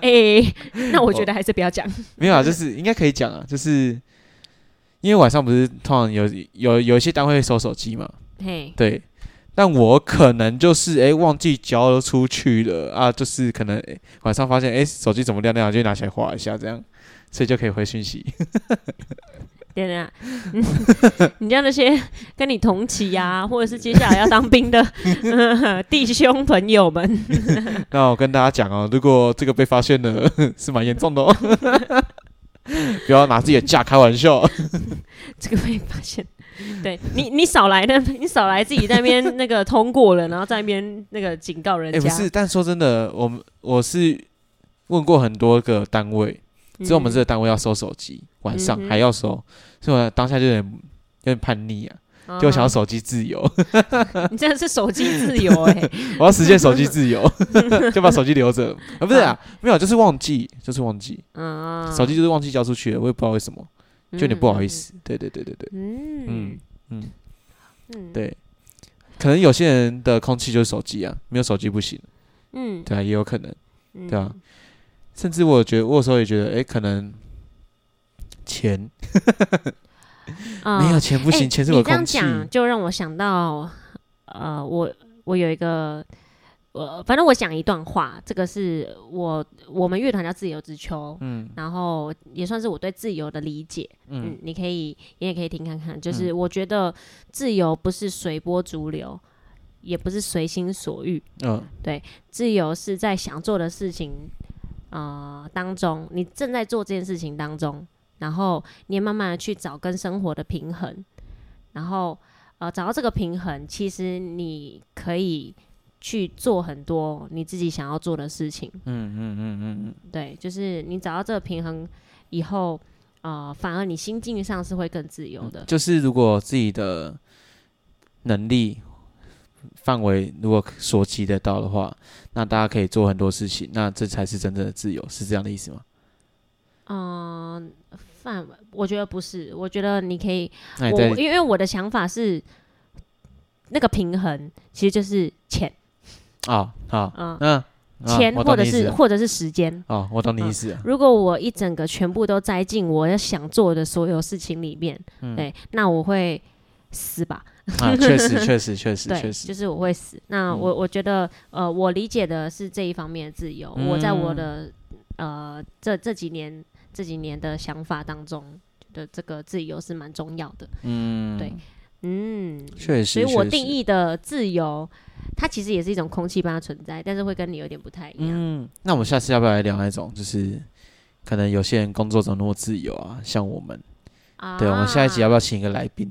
Speaker 2: 哎、那我觉
Speaker 1: 哦
Speaker 2: 得还是不要讲。
Speaker 1: 没有啊，就是应该可以讲啊，就是因为晚上不是通常有有有一些单位会收手机嘛，
Speaker 2: 嘿，
Speaker 1: 对，但我可能就是哎、诶忘记交出去了啊，就是可能、诶晚上发现哎、诶手机怎么亮亮，就拿起来划一下这样，所以就可以回讯息。
Speaker 2: 等等啊， 你像那些跟你同期呀、或者是接下来要当兵的、 呃弟兄朋友们，
Speaker 1: 那我跟大家讲哦，如果这个被发现了， 是蛮严重的哦， 不要拿自己的假开玩笑。
Speaker 2: 这个被发现。对你，你少来那，你少来自己在那边那个通过了，然后在那边那个警告人
Speaker 1: 哎、
Speaker 2: 家。
Speaker 1: 不是，但说真的，我们我是问过很多个单位，
Speaker 2: 嗯，
Speaker 1: 只有我们这个单位要收手机，晚上
Speaker 2: 嗯哼
Speaker 1: 还要收，所以我当下就有点有点叛逆啊，
Speaker 2: 啊
Speaker 1: 就想要手机自由。
Speaker 2: 哦你真的是手机自由哎、
Speaker 1: 我要实现手机自 由，就把手机留着。啊，不是啊，
Speaker 2: 嗯
Speaker 1: 没有，就是忘记，就是忘记，
Speaker 2: 啊，
Speaker 1: 手机就是忘记交出去了，我也不知道为什么，就有点不好意。思。对对对对对，
Speaker 2: 嗯
Speaker 1: 嗯
Speaker 2: 嗯嗯，
Speaker 1: 对。可能有些人的空气就是手机啊，没有手机不行，
Speaker 2: 嗯，
Speaker 1: 对啊，也有可能，
Speaker 2: 嗯
Speaker 1: 对啊，甚至我觉得，我有时候也觉得，诶，可能钱
Speaker 2: 啊
Speaker 1: 没有钱不
Speaker 2: 哎
Speaker 1: 行，钱是
Speaker 2: 你
Speaker 1: 我
Speaker 2: 这样
Speaker 1: 空气，
Speaker 2: 讲就让我想到，呃，我我有一个，呃，反正我讲一段话，这个是我我们乐团叫自由之秋，
Speaker 1: 嗯
Speaker 2: 然后也算是我对自由的理解。嗯，
Speaker 1: 嗯
Speaker 2: 你可以，你也可以听看看。就是我觉得自由不是随波逐流，也不是随心所欲，
Speaker 1: 嗯
Speaker 2: 自由是在想做的事情呃当中，你正在做这件事情当中，然后你也慢慢的去找跟生活的平衡，然后呃找到这个平衡，其实你可以去做很多你自己想要做的事情。
Speaker 1: 嗯嗯嗯嗯
Speaker 2: 对，就是你找到这个平衡以后，呃，反而你心境上是会更自由的
Speaker 1: 嗯，。就是如果自己的能力范围如果所及得到的话，那大家可以做很多事情，那这才是真正的自由，是这样的意思吗？
Speaker 2: 嗯、范围我觉得不是，我觉得你可以，
Speaker 1: 那你
Speaker 2: 我
Speaker 1: 在
Speaker 2: 我因为我的想法是，那个平衡其实就是钱，
Speaker 1: 哦好，
Speaker 2: 嗯、
Speaker 1: 嗯，啊
Speaker 2: 钱
Speaker 1: 我
Speaker 2: 或
Speaker 1: 懂
Speaker 2: 者
Speaker 1: 你意思
Speaker 2: 是
Speaker 1: 了
Speaker 2: 或者是时间。
Speaker 1: 哦，我懂你意思了，
Speaker 2: 如果我一整个全部都栽进我要想做的所有事情里面，
Speaker 1: 嗯
Speaker 2: 对，那我会死吧。
Speaker 1: 啊，确实确实确实
Speaker 2: 嗯 对，
Speaker 1: 确
Speaker 2: 就
Speaker 1: 实，嗯
Speaker 2: 是我会死。那我、我觉得，呃，我理解的是这一方面的自由。我在我的
Speaker 1: 嗯
Speaker 2: 呃这这几年这几年的想法当中，觉得这个自由是蛮重要的。
Speaker 1: 嗯，
Speaker 2: 对，嗯，
Speaker 1: 确实，
Speaker 2: 所以我
Speaker 1: 确
Speaker 2: 定
Speaker 1: 实
Speaker 2: 义的自由，它其实也是一种空气般的存在，但是会跟你有点不太一样。
Speaker 1: 嗯，那我们下次要不要来聊那种，就是可能有些人工作怎么那么自由啊？像我们，
Speaker 2: 啊
Speaker 1: 对，我们下一集要不要请一个来宾，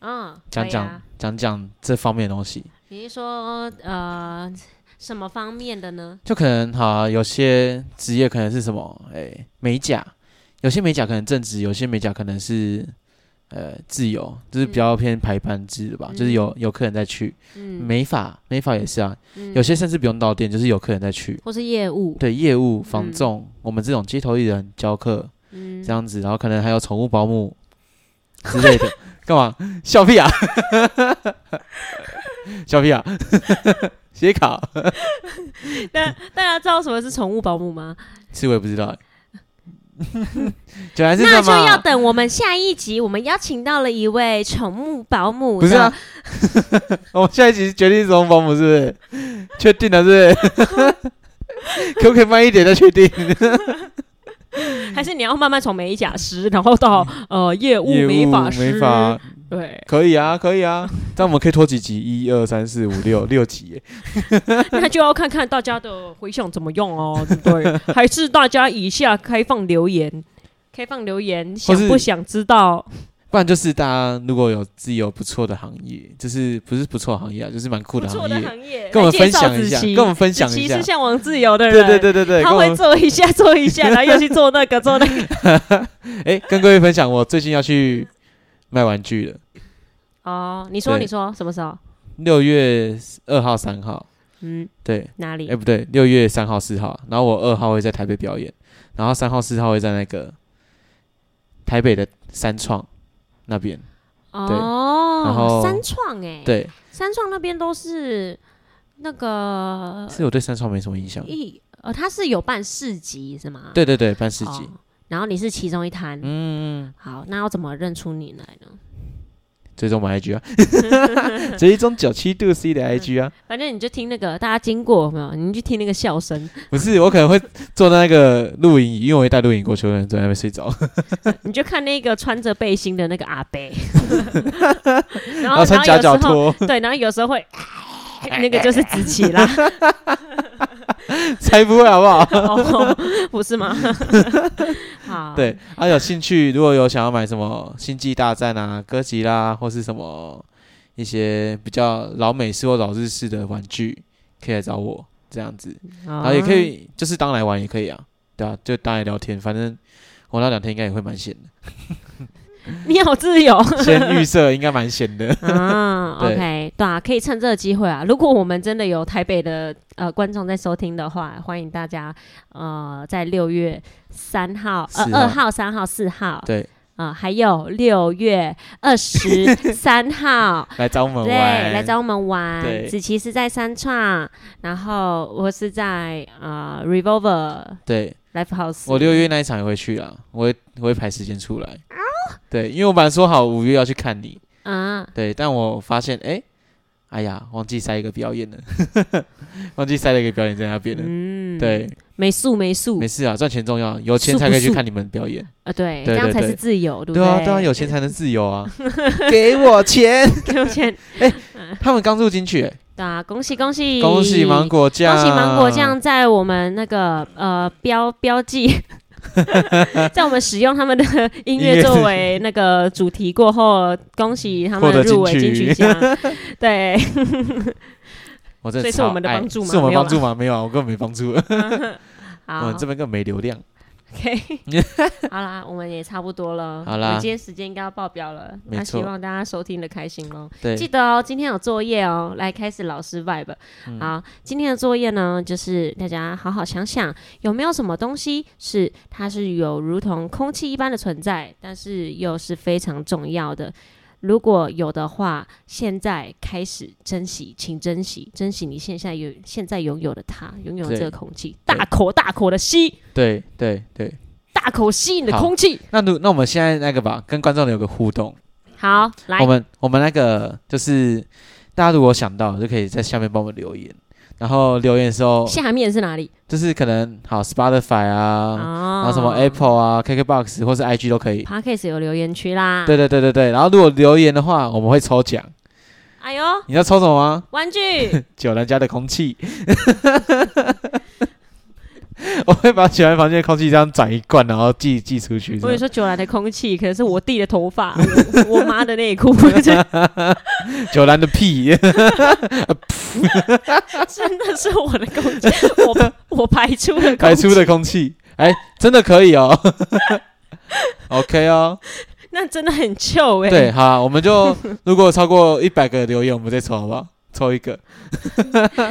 Speaker 2: 嗯
Speaker 1: 讲
Speaker 2: 可以
Speaker 1: 讲
Speaker 2: 啊
Speaker 1: 讲讲这方面的东西？
Speaker 2: 你是说呃什么方面的呢？
Speaker 1: 就可能哈、有些职业可能是什么，哎、美甲，有些美甲可能正职，有些美甲可能是。呃，自由就是比较偏排班制的吧，就是有有客人在去，
Speaker 2: 嗯，
Speaker 1: 美发美发也是啊，
Speaker 2: 嗯
Speaker 1: 有些甚至不用到店，就是有客人在去。
Speaker 2: 或是业务，
Speaker 1: 对业务、房
Speaker 2: 嗯
Speaker 1: 仲，我们这种街头艺人教课
Speaker 2: 嗯
Speaker 1: 这，样子，然后可能还有宠物保姆 之类的，干嘛笑屁啊？ 笑屁啊！ 写考，
Speaker 2: 但大家知道什么是宠物保姆吗？
Speaker 1: 其实我也不知道欸， 原来是
Speaker 2: 那
Speaker 1: 这
Speaker 2: 就要
Speaker 1: 么。
Speaker 2: 等我们下一集，我们邀请到了一位宠物保姆
Speaker 1: 不是啊
Speaker 2: 的，，
Speaker 1: 我们下一集决定宠物保姆是不是？确定了是不 是？可不可以慢一点再确定？
Speaker 2: 还是你要慢慢从美甲师，然后到呃业务
Speaker 1: 嗯业务
Speaker 2: 美发师，
Speaker 1: 没法，
Speaker 2: 对，
Speaker 1: 可以啊，可以啊，这样我们可以拖几集，一二三四五六六集耶。
Speaker 2: 那就要看看大家的回想怎么样 哦，对不对？还是大家以下开放留言，开放留言，
Speaker 1: 或
Speaker 2: 想
Speaker 1: 是
Speaker 2: 不想知道？
Speaker 1: 不然就是大家如果有自己有不错的行业，就是不是不错的行业啊，就是蛮酷
Speaker 2: 不
Speaker 1: 的
Speaker 2: 错
Speaker 1: 行
Speaker 2: 的
Speaker 1: 业，
Speaker 2: 行业，
Speaker 1: 跟我们
Speaker 2: 来
Speaker 1: 分
Speaker 2: 介绍
Speaker 1: 享一
Speaker 2: 子
Speaker 1: 下，
Speaker 2: 琪
Speaker 1: 跟我们分享
Speaker 2: 子
Speaker 1: 一
Speaker 2: 琪
Speaker 1: 下
Speaker 2: 是。向往自由的
Speaker 1: 对
Speaker 2: 人，
Speaker 1: 对对对对，
Speaker 2: 他
Speaker 1: 跟我
Speaker 2: 会
Speaker 1: 们
Speaker 2: 做一下做 一下，然后又去做那个做那个，
Speaker 1: 哎，跟各位分享，我最近要去卖玩具了，
Speaker 2: 哦，你说
Speaker 1: 对
Speaker 2: 你说什么时候？
Speaker 1: 六月二号、三号，
Speaker 2: 嗯，
Speaker 1: 对，
Speaker 2: 哪里
Speaker 1: 哎？不对，六月三号、四号，然后我二号会在台北表演，然后三号、四号会在那个台北的三创那边，
Speaker 2: 哦，
Speaker 1: 然后
Speaker 2: 三创哎、，
Speaker 1: 对，
Speaker 2: 三创那边都是那个
Speaker 1: 其实我对三创没什么印象，
Speaker 2: 一呃，它是有办市集是吗？
Speaker 1: 对对对，办市集，
Speaker 2: 哦然后你是其中一摊，
Speaker 1: 嗯，
Speaker 2: 好，那要怎么认出你来呢？
Speaker 1: 追踪我们 IG 啊， 追踪九七度 C 的 IG 啊，
Speaker 2: 反正你就听那个大家经过有没有？你就听那个笑声，
Speaker 1: 不是，我可能会坐在那个露营椅，因为我会带露营过去，我可能坐在那边睡
Speaker 2: 哦
Speaker 1: 着，
Speaker 2: 你就看那个穿着背心的那个阿 伯，然
Speaker 1: 然
Speaker 2: 后
Speaker 1: 后穿夹
Speaker 2: 然后
Speaker 1: 脚
Speaker 2: 有时候
Speaker 1: 拖，
Speaker 2: 对，然后有时候会， 那个就是子琪啦，
Speaker 1: 才不会好不好？
Speaker 2: 哦，不是吗？ 好，
Speaker 1: 对，啊，有兴趣如果有想要买什么《星际大战》啊、哥吉拉或是什么一些比较老美式或老日式的玩具，可以来找我这样子，
Speaker 2: 哦，
Speaker 1: 然
Speaker 2: 然
Speaker 1: 后也可以就是当来玩也可以啊，对啊，就当来聊天，反正我那两天应该也会蛮闲的，
Speaker 2: 你好自由
Speaker 1: 先预设应该蛮闲 的。
Speaker 2: 啊
Speaker 1: 对
Speaker 2: ，OK，对啊，可以趁这个机会啊。如果我们真的有台北的呃观众在收听的话，欢迎大家呃在六月三号、呃
Speaker 1: 四号
Speaker 2: 二号、三号、四号，
Speaker 1: 对，
Speaker 2: 啊、还有六月二十 三号，
Speaker 1: 来找我们
Speaker 2: 对，
Speaker 1: 玩，
Speaker 2: 来找我们玩。
Speaker 1: 对
Speaker 2: 子琪是在三创，然后我是在呃 Revolver
Speaker 1: 对
Speaker 2: Live House。
Speaker 1: 我六月那一场也会去啊，我会我会排时间出来。对，因为我本来说好五月要去看你，
Speaker 2: 啊，
Speaker 1: 对，但我发现哎、哎呀，忘记塞一个表演了， 忘记塞了一个表演在那边了。
Speaker 2: 嗯，，
Speaker 1: 对，
Speaker 2: 美术美术
Speaker 1: 没事啊，赚钱重要，有钱
Speaker 2: 素
Speaker 1: 才
Speaker 2: 不
Speaker 1: 可以去
Speaker 2: 素
Speaker 1: 看你们表演。
Speaker 2: 啊，对，这
Speaker 1: 对
Speaker 2: 样
Speaker 1: 对
Speaker 2: 才
Speaker 1: 对
Speaker 2: 是自由，对不
Speaker 1: 对
Speaker 2: 对？
Speaker 1: 啊，对啊， 有钱才能自由啊！给我钱！
Speaker 2: 有钱，
Speaker 1: 他们刚入金去、哎
Speaker 2: 对啊，恭喜恭喜
Speaker 1: 恭喜芒果酱，
Speaker 2: 恭喜芒果酱在我们那个呃标标记， 在我们使用他们的音
Speaker 1: 音
Speaker 2: 乐
Speaker 1: 乐
Speaker 2: 作为那个主题过后，恭喜他
Speaker 1: 获
Speaker 2: 们
Speaker 1: 得
Speaker 2: 入围
Speaker 1: 金
Speaker 2: 金
Speaker 1: 曲
Speaker 2: 曲奖。 对，
Speaker 1: 我真
Speaker 2: 所
Speaker 1: 的
Speaker 2: 以是
Speaker 1: 超
Speaker 2: 我们的
Speaker 1: 爱
Speaker 2: 帮助吗
Speaker 1: 是我们
Speaker 2: 没有
Speaker 1: 帮助吗？没有啊，我根本没帮助，我
Speaker 2: 好
Speaker 1: 这边根本没流量。
Speaker 2: ，OK，好啦，我们也差不多了。
Speaker 1: 好啦
Speaker 2: 我们今天时间应该要爆表了，
Speaker 1: 没
Speaker 2: 那希
Speaker 1: 错
Speaker 2: 望大家收听的开心喽。
Speaker 1: 对，
Speaker 2: 记得哦，今天有作业哦，来开始老师 vibe。好，
Speaker 1: 嗯
Speaker 2: 今天的作业呢，就是大家好好想想，有没有什么东西是它是有如同空气一般的存在，但是又是非常重要的。如果有的话，现在开始珍惜，请珍惜，珍惜你现在有现在拥有的它，拥有
Speaker 1: 对
Speaker 2: 这个空气，
Speaker 1: 对
Speaker 2: 大口大口的吸，
Speaker 1: 对对对。
Speaker 2: 大口吸你的
Speaker 1: 好
Speaker 2: 空气。
Speaker 1: 那如那我们现在那个吧，跟观众有个互动。
Speaker 2: 好，来
Speaker 1: 我，们我们那个就是大家如果想到就可以在下面帮我们留言，然后留言的时候
Speaker 2: 下面是哪里？
Speaker 1: 就是可能好 Spotify 啊，
Speaker 2: 啊
Speaker 1: 然后什么 Apple 啊、KKBox 或是 IG 都可以。
Speaker 2: p a r k a s 有留言区啦。
Speaker 1: 对，对对对对，然后如果留言的话，我们会抽奖。
Speaker 2: 哎呦，
Speaker 1: 你知道抽什么吗？
Speaker 2: 玩具。
Speaker 1: 九兰家的空 气。我会把九兰房间的空气这样转一罐，然后寄寄出去。
Speaker 2: 我跟你说，九兰的空气可能是我弟的头发，我我妈的内裤，真
Speaker 1: 九兰的屁，
Speaker 2: 真的是我的空 气，我我排出的空气
Speaker 1: 排出的，空气，哎，真的可以 哦。OK 哦，
Speaker 2: 那真的很臭哎、
Speaker 1: 对，，好啊，我们就 如果超过一百个留言，我们再抽好不好？抽一 个，
Speaker 2: 到底要抽什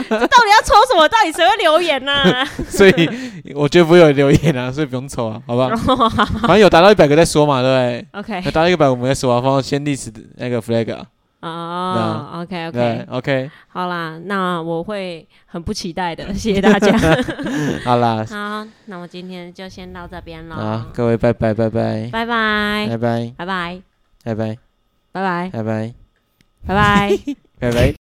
Speaker 2: 么？到底谁会留言啊呢、
Speaker 1: 所以我觉得不会有留言啊，所以不用抽啊，好不 好？
Speaker 2: 啊
Speaker 1: 反正有达到一百个再说嘛，对不
Speaker 2: ？OK，
Speaker 1: 对？有达到一百我们再说啊，放到先历史的那个 flag 啊。
Speaker 2: 哦、o k
Speaker 1: 对
Speaker 2: OK，
Speaker 1: ，OK，
Speaker 2: 好啦，那我会很不期待的，谢谢 大家。
Speaker 1: 好啦，
Speaker 2: 好，那我今天就先到这边
Speaker 1: 啊
Speaker 2: 了，，
Speaker 1: 各位拜拜拜拜，
Speaker 2: 拜拜，
Speaker 1: 拜拜
Speaker 2: 拜拜，
Speaker 1: 拜拜
Speaker 2: 拜拜，
Speaker 1: 拜拜
Speaker 2: 拜拜。
Speaker 1: 拜拜。